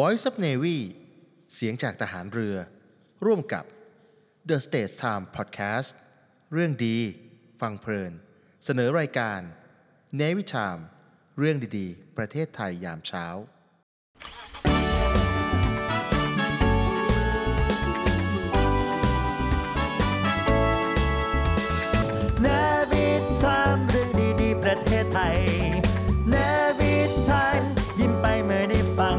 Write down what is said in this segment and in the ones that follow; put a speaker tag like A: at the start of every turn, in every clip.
A: Voice of Navy เสียงจากทหารเรือ ร่วมกับ The States Time Podcast เรื่องดี ฟังเพลิน เสนอรายการ Navy Time เรื่องดีๆ ประเทศไทยยามเช้า
B: เนวิทามเรื่องดีๆ ประเทศไทยเนวิทามยิ้มไปเมื่อได้ฟัง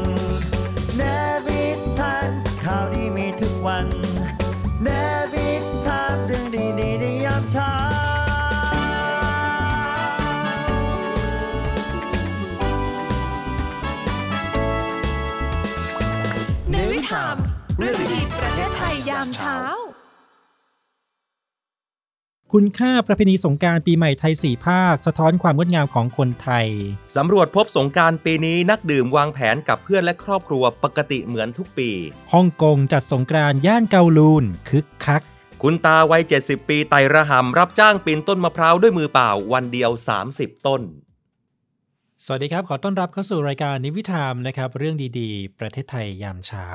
B: เนวิทามข่าวดีมีทุกวันเนวิทามเรื่องดีๆในยามเช้า
C: เนวิทามเรื่องดีๆประเทศไทยยามเช้า
D: คุณค่าประเพณีสงกรารปีใหม่ไทยสี่ภาค สะท้อนความงดงามของคนไทย
E: สำรวจพบสงกรารปีนี้นักดื่มวางแผนกับเพื่อนและครอบครัวปกติเหมือนทุกปี
D: ฮ่องกงจัดสงกรานต์ย่านเกาลูนคึกคัก
E: คุณตาวัย 70 ปีไต่ระหำรับจ้างปีนต้นมะพร้าวด้วยมือเปล่าวันเดียว 30 ต้น
D: สวัสดีครับ ขอต้อนรับเข้าสู่รายการนิวิธามนะครับ เรื่องดีๆ ประเทศไทยยามเช้า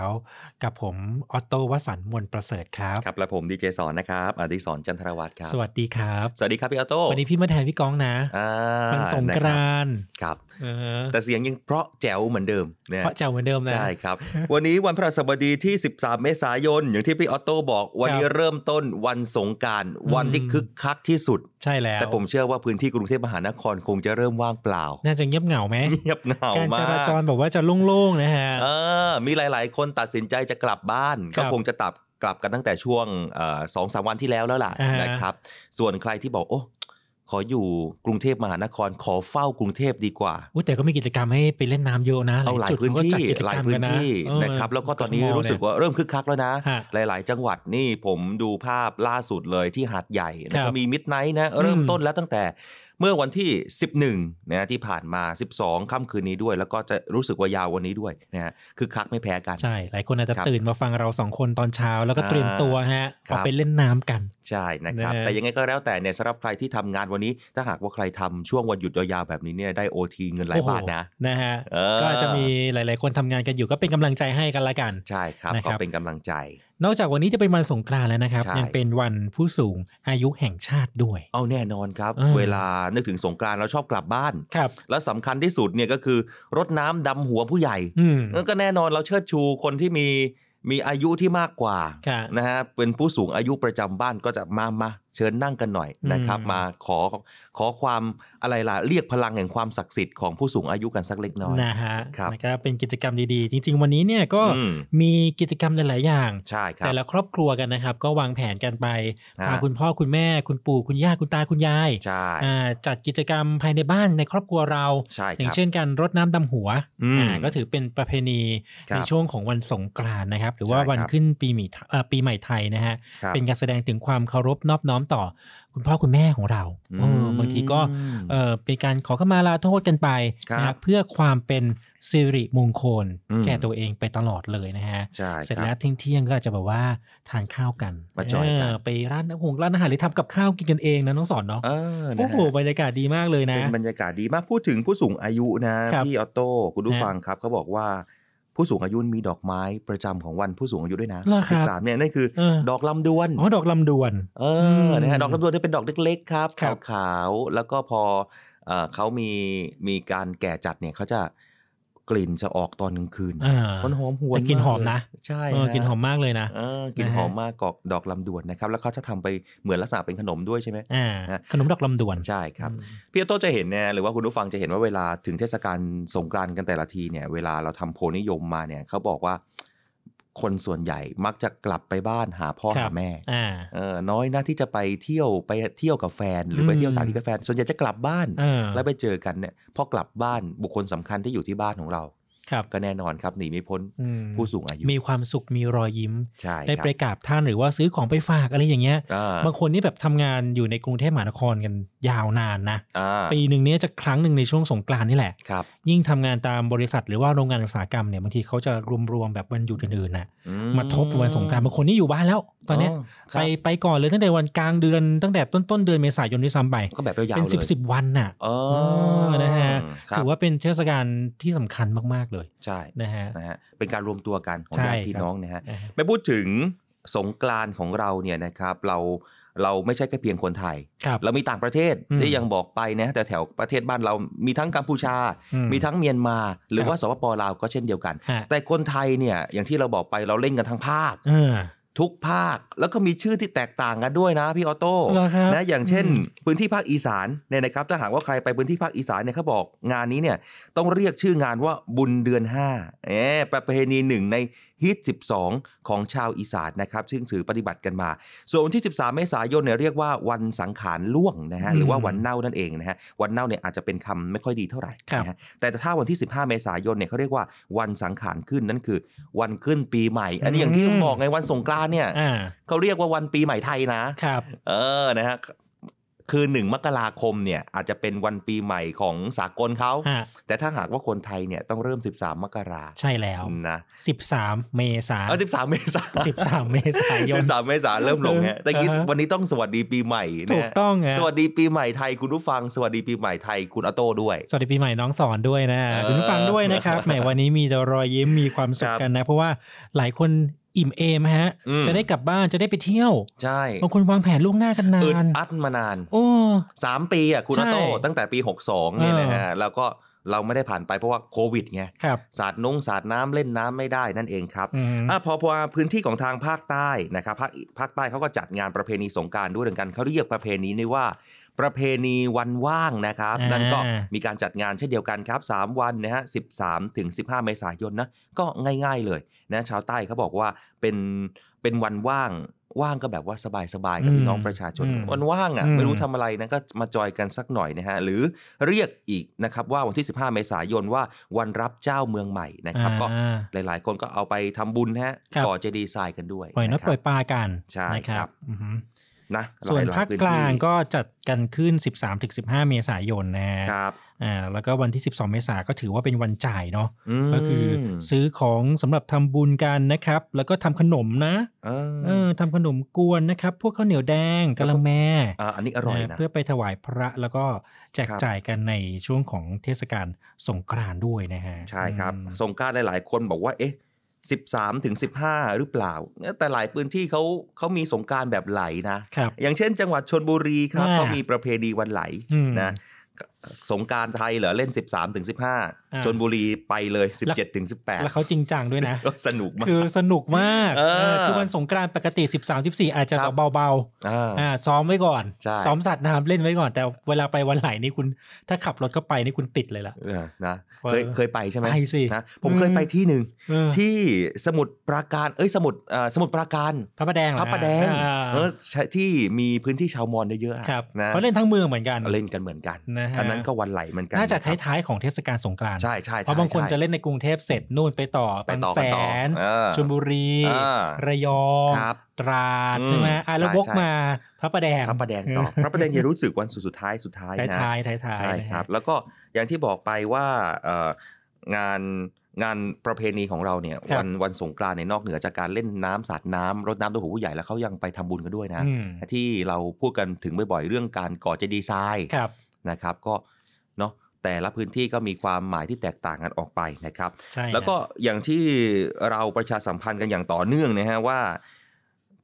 D: กับผมออตโตวสันต์มวลประเสริฐครับ
E: ครับและผมดีเจสอนนะครับอดิสรจันทรวัตรครับ
D: สวัสดีครับ
E: สวัสดีครับพี่ออโต้
D: วันนี้พี่มาแทนพี่ก้องนะ
E: อ่า
D: วันสงกรานต์
E: นะครับ
D: เออ
E: แต่เสียงยังเพราะแจ๋วเหมือนเดิมเนี่ย
D: เพราะเจ้าเหมือนเดิมนะ
E: ใช่ครับ วันนี้วันพระสบดีที่ 13 เมษายน อย่างที่พี่ออโต้บอก วันนี้เริ่มต้นวันสงกราร
D: อืม
E: วันที่คึกคักที่สุด
D: ใช่แล้ว
E: แต่ผมเชื่อว่าพื้นที่กรุงเทพมหานครคงจะเริ่มว่างเปล่า
D: น่าจะเงียบเหงาไหม
E: เงียบเหงา
D: การ
E: มา
D: จ
E: ก
D: ราจรบอกว่าจะโล่งๆนะฮะ
E: เออมีหลาย ๆ คนตัดสินใจจะกลับบ้าน
D: ครั
E: ก็
D: บ
E: คงจะตับกลับกันตั้งแต่ช่วงเอ่อสองสามวันที่แล้วแล้วล่ะ
D: อ่าน
E: นะครับ ส่วนใครที่บอกโอ้ขออยู่กรุงเทพมหานครขอเฝ้ากรุงเทพดีกว่า
D: อุ๊ยแต่ก็มีกิจกรรมให้ไปเล่นน้ำเยอะนะ
E: เอาหลาย
D: จุด
E: พื้น
D: เขก็
E: ที่
D: จัดกิจ
E: ห
D: กร
E: ลาย
D: รม
E: พื้
D: กันนนะ
E: ที่
D: เออ
E: นะครับ แล้วก็ตอนนี้
D: กทม
E: รู้สึก
D: เนี่ย
E: ว่าเริ่มคึกคักแล้วนะ
D: ฮะ
E: หลาย ๆ จังหวัดนี่ผมดูภาพล่าสุดเลยที่หาดใหญ่นะ
D: ค
E: ค
D: รั
E: รั
D: บบ
E: มีมิดไนท์นะ เริ่มต้นแล้วตั้งแต่เมื่อวันที่ 11นะที่ผ่านมา 12ค่ำคืนนี้ด้วย แล้วก็จะรู้สึกว่ายาววันนี้ด้วยนะฮะคึกคักไม่แพ้กัน
D: ใช่ หลายคนอาจจะ
E: ครับ
D: ตื่นมาฟังเราสองคนตอนเช้า แล้วก็เตรียมตัวฮะ
E: ครั
D: เอา
E: บ
D: ไปเล่นน้ำกัน
E: ใช่นะครับ
D: นะฮะ
E: แต่ยังไงก็แล้วแต่เนี่ยสำหรับใครที่ทำงานวันนี้ ถ้าหากว่าใครทำช่วงวันหยุดยาวๆแบบนี้เนี่ยได้โอทีเงินหลาย
D: โอ้โ
E: บาทนะ
D: นะฮะ
E: เออ
D: ก็จะมีหลาย ๆ คนทำงานกันอยู่ก็เป็นกำลังใจให้กันละกัน
E: ใช่ครับ
D: นะครั
E: ก็
D: บ
E: เป็นกำลังใจ
D: นอกจากวันนี้จะเป็นวันสงกรานต์แล้วนะครับ
E: ใช่
D: ยังเป็นวันผู้สูงอายุแห่งชาติด้วย
E: เอาแน่นอนครับ
D: อืม
E: เวลานึกถึงสงกรานต์เราชอบกลับบ้าน
D: ครับ
E: และสำคัญที่สุดเนี่ยก็คือรดน้ำดำหัวผู้ใหญ่
D: อืม
E: นั่นก็แน่นอนเราเชิดชูคนที่มีมีอายุที่มากกว่า
D: ค่ะ
E: นะฮะเป็นผู้สูงอายุประจำบ้านก็จะมามาเชิญนั่งกันหน่อยนะครับ
D: อืม
E: มาขอขอความอะไรล่ะเรียกพลังแห่งความศักดิ์สิทธิ์ของผู้สูงอายุกันสักเล็กน้อย
D: นะฮะ
E: ครับ
D: นะครับเป็นกิจกรรมดี ๆ จริง ๆ วันนี้เนี่ยก็
E: อืม
D: มีกิจกรรมหลาย ๆ อย่าง
E: ใช่ครับ
D: แต่ละครอบครัวกันนะครับ ก็วางแผนกันไป
E: ฮะ
D: พาคุณพ่อคุณแม่ คุณปู่คุณย่าคุณตาคุณยาย
E: ใช่
D: อ่าจัดกิจกรรมภายในบ้านในครอบครัวเรา
E: ใช่
D: อ
E: ค
D: ย่าง
E: รับ
D: เช่นการรดน้ำดำหัว
E: อืม
D: อ่าก็ถือเป็นประเพณี
E: ครับ
D: ในช่วงของวันสงกรานต์นะครับ หรือว่า
E: ใช่ครับ
D: วันขึ้นปีใหม่ไทเอ่อปีใหม่ไทยนะฮะ
E: ครับ
D: เป็นการแสดงถึงความเคารพนอบน้อมต่อคุณพ่อคุณแม่ของเรา
E: อืม
D: เออบางทีก็เอ่อเป็นการขอขมาลาโทษกันไป
E: ครับ
D: นะครับเพื่อความเป็นสิริมงคล
E: อืม
D: แก่ตัวเองไปตลอดเลยนะฮะ
E: ใช่
D: เสร็จ
E: คบ
D: แล้วทิ้งเที่ยงๆก็อาจจะแบบว่าทานข้าวกัน
E: มาจอยกัน
D: เไปร้านอาหงร้านอาหารหรือทำกับข้าวกินกันเองนะน้องสอนเนาะ
E: เออนะ
D: โอ้โห
E: ฮะ
D: บรรยากาศดีมากเลยนะ
E: เป็นบรรยากาศดีมากพูดถึงผู้สูงอายุนะครับพี่ออโต้คุณผู้
D: ฮะ
E: ฟังครับเขาบอกว่าผู้สูงอายุมีดอกไม้ประจำของวันผู้สูงอายุด้วยนะ
D: เหรอครับ
E: สิบสามเนี่ยนั่นคือ
D: เออ
E: ดอกลำดวน
D: อ๋อดอกลำดวน
E: เออ
D: ม
E: นะฮะดอกลำดวนจะเป็นดอกเล็กๆครับ
D: ครั
E: ขาว
D: บ
E: ๆแล้วก็พอเอ่อเขามีมีการแก่จัดเนี่ยเขาจะกลิ่นจะออกตอนกลางคืน
D: อ่า
E: มันหอมหวน
D: แต่กลิ่นหอมนะ
E: ากเลยใช่
D: เออ
E: ฮะ
D: กลิ่นหอมมากเลยนะ
E: เออกลิ่น
D: นะฮะ
E: หอมมากกอกดอกลำดวนนะครับ แล้วเขาจะทำไปเหมือนลักษณะเป็นขนมด้วยใช่ไหม
D: อ่า
E: ฮะ
D: ขนมดอกลำดวน
E: ใช่ครับ
D: อืม
E: พี่ออโต้จะเห็นเนี่ยหรือว่าคุณผู้ฟังจะเห็นว่าเวลาถึงเทศกาลสงกรานต์กันแต่ละทีเนี่ยเวลาเราทำโพลนิยมมาเนี่ยเขาบอกว่าคนส่วนใหญ่มักจะกลับไปบ้านหาพ่อ
D: ค
E: หา
D: รับ
E: แม่
D: อ่า
E: เออน้อยนะที่จะไปเที่ยวไปเที่ยวกับแฟน หรือไป
D: อืม
E: เที่ยวสถานที่กับแฟน ส่วนใหญ่จะกลับบ้าน
D: เออ
E: แล้วไปเจอกันเนี่ยพอกลับบ้านบุคคลสำคัญที่อยู่ที่บ้านของเรา
D: ครับ
E: ก็แน่นอนครับหนีไม่พ้น
D: อืม
E: ผู้สูงอายุ
D: มีความสุขมีรอยยิ้ม
E: ใช่
D: ได้
E: ครั
D: ไป
E: บ
D: กราบท่านหรือว่าซื้อของไปฝากอะไรอย่างเงี้ย
E: อ่า
D: บางคนนี่แบบทำงานอยู่ในกรุงเทพมหานครกันยาวนานนะ
E: อ่า
D: ปีหนึ่งเนี้ยจะครั้งหนึ่งในช่วงสงกรานต์นี่แหละ
E: ครับ
D: ยิ่งทำงานตามบริษัทหรือว่าโรงงานอุตสาหกรรมเนี่ยบางทีเขาจะรวมๆแบบวันหยุดอื่นๆนะ
E: อื
D: มาทบกับวันสงกรานต์บางคนนี่อยู่บ้านแล้ว ตอนเนี้ย
E: ค
D: ไป
E: รับ
D: ไปก่อนเลยตั้งแต่วันกลางเดือนตั้งแต่ต้นๆเดือนเมษายนด้วยซ้ำไป
E: ก็แบบยาวๆ
D: เป็นสิบ
E: เลย
D: สิบวันน่ะ
E: อ๋อ
D: เออนะฮะ
E: ครับ
D: ถือว่าเป็นเทศกาลที่สำคัญมาก ๆ เลย
E: ใช่
D: นะฮะ
E: นะฮะเป็นการรวมตัวกันของ
D: ใช่
E: ญาติพี่
D: ครับ
E: น้องนะฮะ
D: นะฮะ
E: ไม่พูดถึงสงกรานต์ของเราเนี่ยนะครับเราเราไม่ใช่แค่เพียงคนไทย
D: ครับ
E: เรามีต่างประเทศ
D: อืม
E: ที่ยังบอกไปนะแต่แถวประเทศบ้านเรามีทั้งกัมพูชา
D: อื
E: มีทั้งเมียนมา หรือ
D: ครับ
E: ว่าสปปลาวก็เช่นเดียวกัน
D: ฮะ
E: แต่คนไทยเนี่ยอย่างที่เราบอกไปเราเล่นกันทั้งภาค
D: เออ
E: ทุกภาคแล้วก็มีชื่อที่แตกต่างกันด้วยนะพี่ออโต้
D: เหรอครับ
E: นะอย่างเช่น
D: อืม
E: พื้นที่ภาคอีสานเนี่ยนะครับถ้าหากว่าใครไปพื้นที่ภาคอีสานเนี่ยเขาบอกงานนี้เนี่ยต้องเรียกชื่องานว่าบุญเดือน5เอ๊ะประเพณีหนึ่งในฮิต 12 ของชาวอีสานนะครับซึ่งสือปฏิบัติกันมา ส่วนวันที่ 13 เมษายนเนี่ยเรียกว่าวันสังขารล่วงนะฮะหรือว่าวันเน่านั่นเองนะฮะวันเน่าเนี่ยอาจจะเป็นคำไม่ค่อยดีเท่าไหร่นะฮะแต่ถ้าวันที่ 15 เมษายนเนี่ยเขาเรียกว่าวันสังขารขึ้นนั่นคือ วันขึ้นปีใหม่ อันนี้อย่างที่บอกไงวันสงกรานต์เนี่ย
D: อ่า
E: เขาเรียกว่าวันปีใหม่ไทยนะ
D: ครับ
E: เออ นะฮะ คือหนึ่งมกราคมเนี่ยอาจจะเป็นวันปีใหม่ของสากลเขา
D: ฮะ
E: แต่ถ้าหากว่าคนไทยเนี่ยต้องเริ่ม 13 มกรา
D: ใช่แล้ว
E: นะ
D: 13 เมษา
E: เออ13 เมษา
D: 13 เมษายน
E: 13 เมษาเริ่มลงฮะแต่กี้
D: อ่าฮะ
E: วันนี้ต้องสวัสดีปีใหม่นะ
D: ถูกต้องอ่ะ
E: สวัสดีปีใหม่ไทยคุณผู้ฟัง สวัสดีปีใหม่ไทยคุณออโต้ด้วย
D: สวัสดีปีใหม่น้องสอนด้วยนะ
E: เออ
D: คุณผู้ฟังด้วย นะครับแหมวันนี้มีแต่รอยยิ้มมีความสุขกันนะ เพราะว่าหลายคนอิ่มเอมฮะ
E: อืม
D: จะได้กลับบ้านจะได้ไปเที่ยว
E: ใช่
D: บางคนวางแผนล่วงหน้ากันนา
E: อึด
D: น
E: อัดมานาน
D: โอ้
E: สามปีอ่ะคุณ
D: ใช่
E: ออโต้ตั้งแต่ปี 62เนี่ยนะ
D: เอ
E: ฮะ
D: อ
E: แล้วก็เราไม่ได้ผ่านไปเพราะว่าโควิดไง
D: ครับ
E: สาดนงสาดน้ำเล่นน้ำไม่ได้นั่นเองครับ
D: อืม
E: อ่ะพอพอพื้นที่ของทางภาคใต้นะครับภาคภาคใต้เขาก็จัดงานประเพณีสงกรารด้วยเหมือนกันเขาเรียกประเพณีนี้ว่า ประเพณีวันว่างนะครับ
D: อ่านั่
E: นั่นก็มีการจัดงานเช่นเดียวกันครับ 3 วันนะฮะ13ถึง15 เมษายนนะก็ง่ายๆเลยนะชาวใต้เขาบอกว่าเป็นเป็นวันว่างว่างก็แบบว่าสบายๆกับพี่น้อง
D: อืม
E: ประชาชน
D: อืม
E: วันว่างอ่ะ
D: อืม
E: ไม่รู้ทำอะไรนะก็มาจอยกันสักหน่อยนะฮะหรือ เรียกอีกนะครับว่าวันที่ 15 เมษายนว่าวันรับเจ้าเมืองใหม่นะครับก็
D: อ่า
E: หลายๆ คนก็เอาไปทำบุญนะฮะ
D: ครับ
E: ก่อเจดีย์ทรายกันด้วย
D: ปล่อยนก
E: ะครับ
D: ปล่อยปลากัน
E: ใช่
D: นะค
E: ครั
D: รับบ อือฮึ
E: นะ
D: ส่วน
E: หยๆ
D: ภาค
E: พื้น
D: ก
E: ที่
D: ลางก็จัดกันขึ้น 13-15 เมษายนนะฮะ
E: ครับ
D: อ่าแล้วก็วันที่ 12 เมษาก็ถือว่าเป็นวันจ่ายเนาะ
E: ม
D: ก็คือซื้อของสำหรับทำบุญกันนะครับ แล้วก็ทำขนมนะ
E: เอ
D: เอ
E: อ
D: อทำขนมกวนนะครับ พวกข้าวเหนียวแดงกะละแม
E: อ่ะอันนี้อร่อยนะ
D: เพื่อไปถวายพระแล้วก็แจก
E: ครับ
D: จ่ายกันในช่วงของเทศกาลสงกรานต์ด้วยนะฮะ
E: ใช่ครับ
D: อืม
E: สงกรารหลาย ๆ คนบอกว่าเอ๊ะ13ถึง15 หรือเปล่า แต่หลายพื้นที่เขาเขามีสงกรารแบบไหลนะครับ อย่างเช่น จังหวัดชนบุรีครับ
D: อ่า
E: เขามีประเพณีวันไหล
D: อืม
E: นะ สงกรารไทยเหรอเล่น 13ถึง15ชนบุรีไปเลย 17ถึง18
D: แล้วเขาจริงจังด้วย นะ
E: ก็สนุกมาก
D: คือสนุกมาก
E: เออ
D: เออคือวันสงกรานต์ปกติ 13-14 อาจจะ
E: ครับ
D: เบา
E: อ่า
D: ๆอ่าซ้อมไว้ก่อน
E: ใช่
D: ซ้อมสัตว์น้ำเล่นไว้ก่อน แต่เวลาไปวันไหลนี่คุณ ถ้าขับรถเข้าไปนี่คุณติดเลยล่ะ
E: เออนะ
D: เออ
E: เคยเคยไปใช่ไหม
D: ไปสิ
E: นะผม
D: อืม
E: เคยไปที่หนึ่ง
D: เออ
E: ที่สมุทรปราการเอ้ยสมุทรเอ่อสมุทรปราการ
D: พระประแดงเห
E: พ
D: อ
E: ระประแดง
D: อ่า
E: เออใช่ที่มีพื้นที่ชาวมอญเยอะๆอะ
D: ครับ
E: นะ
D: เขาเล่นทั้งเมืองเหมือนกัน
E: เล่นกันเหมือนกัน
D: นะฮะ
E: อันนั้นก็วันไหลเหมือนกัน
D: น่าจะ
E: ครับ
D: ท้ายๆของเทศกาลสงกรานต์
E: ใช่ใช่ใช่
D: เพราะบางคน
E: ใช่
D: จะเล่นในกรุงเทพเสร็จนู่นไปต่อ
E: ไป
D: บาง
E: ต่อ
D: แส
E: กันต่อนเออ
D: ชลบุรี
E: เออ
D: ระยอง
E: ครับ
D: ตราด
E: อืม
D: ใช่ไหมอ่ะแล้ว
E: ใช่
D: วก
E: ใช่
D: มาพระประแดง
E: พระประแดงต่อพระประแดงจะรู้สึกวันสุดสุดท้ายสุดท้าย
D: ท้าย
E: นะ
D: ท้ายๆท้ายท้าย
E: ใช่ครับ แล้วก็อย่างที่บอกไปว่าเอ่องานงานประเพณีของเราเนี่ยวันวันสงกรานต์เนี่ยนอกเหนือจากการเล่นน้ำสาดน้ำรดน้ำตัวผู้ใหญ่แล้วเขายังไปทำบุญกันด้วยนะ ที่เราพูดกันถึงบ่อยๆเรื่องการก่อเจดีย์ทราย
D: ครับ
E: นะครับก็เนาะแต่ละพื้นที่ก็มีความหมายที่แตกต่างกันออกไปนะครับ
D: ใช่
E: แล้วก็อย่างที่เราประชาสัมพันธ์กันอย่างต่อเนื่องนะฮะว่า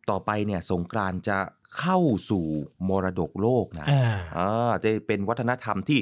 E: ต่อไปเนี่ยสงกรานต์จะเข้าสู่มรดกโลกนะ
D: อ่า
E: อ่าจะเป็นวัฒนธรรมที่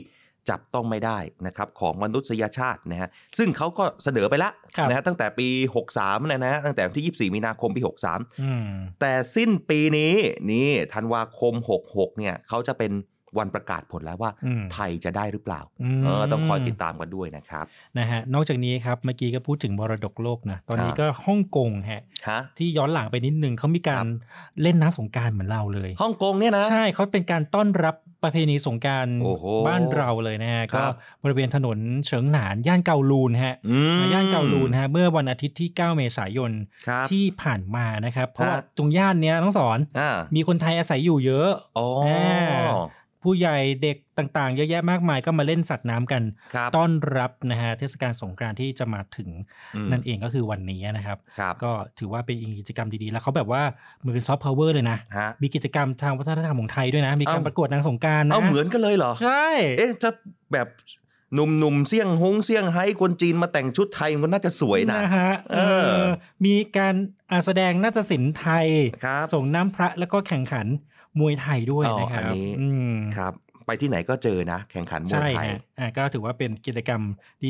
E: จับต้องไม่ได้นะครับของมนุษยชาตินะฮะซึ่งเขาก็เสนอไปละ
D: ครับ
E: นะฮะตั้งแต่ปี 63นะนะตั้งแต่วันที่ 24 มีนาคมปี
D: อืม
E: 63 แต่สิ้นปีนี้นี่ธันวาคม 66เนี่ยเขาจะเป็นวันประกาศผลแล้วว่า
D: อืม
E: ไทยจะได้หรือเปล่า
D: อืม
E: เออต้องคอยติดตามกันด้วยนะครับ
D: นะฮะนอกจากนี้ครับเมื่อกี้ก็พูดถึงมรดกโลกนะตอนนี้ก็ฮ่องกงฮะ
E: ฮะ
D: ที่ย้อนหลังไปนิดนึงเขามีกา
E: ครั
D: ร
E: บ
D: เล่นน้ำสงกรารเหมือนเราเลย
E: ฮ่องกงเนี่ยนะ
D: ใช่เขาเป็นการต้อนรับประเพณีสงกราร
E: โอ้โห
D: บ้านเราเลยนะฮะ
E: ครั
D: ก็
E: บ
D: บริเวณถนนเฉิงหนานย่านเกาลูนฮะ
E: อืม
D: ย่านเกาลูนฮะเมื่อวันอาทิตย์ที่ 9 เมษายน
E: ครับ
D: ที่ผ่านมานะครับ เพราะ
E: ฮะ
D: ว่าตรงย่านเนี้ยต้องสอน
E: อ่า
D: มีคนไทยอาศัยอยู่เยอะ
E: อ๋อ
D: ผู้ใหญ่เด็กต่างๆ เยอะแยะมากมายก็มาเล่นสัตว์น้ำกัน
E: ครับ
D: ต้อนรับนะฮะเทศกาลสงกรานต์ที่จะมาถึง
E: ม
D: นั่นเองก็คือวันนี้นะครับ
E: ครับ
D: ก็ถือว่าเป็นอีกกิจกรรมดีๆ แล้วเขาแบบว่ามันเป็นซอฟต์พาวเวอร์เลยนะ
E: ฮะ
D: มีกิจกรรมทางวัฒนธรรมของไทยด้วยนะ มีการ
E: เอ้า
D: ประกวดนางสงกรารนะ
E: เอาเหมือนกันเลยเหรอ
D: ใช่
E: เอ๊ะจะแบบ หนุ่มๆเซี่ยงฮงเซี่ยงไฮ้คนจีนมาแต่งชุดไทยมันน่าจะสวยนะ
D: ฮะ
E: เออ
D: เออมีการอ่าแสดงนาฏศิลป์ไทย
E: ครับ
D: ส่งน้ำพระแล้วก็แข่งขันมวยไทยด้วย
E: อ๋อ
D: นะครับ
E: อันนี้
D: ม
E: ครับ ไปที่ไหนก็เจอนะ แข่งขันมวย
D: ใช่
E: ไทย
D: ฮะอ่าก็ถือว่าเป็นกิจกรรม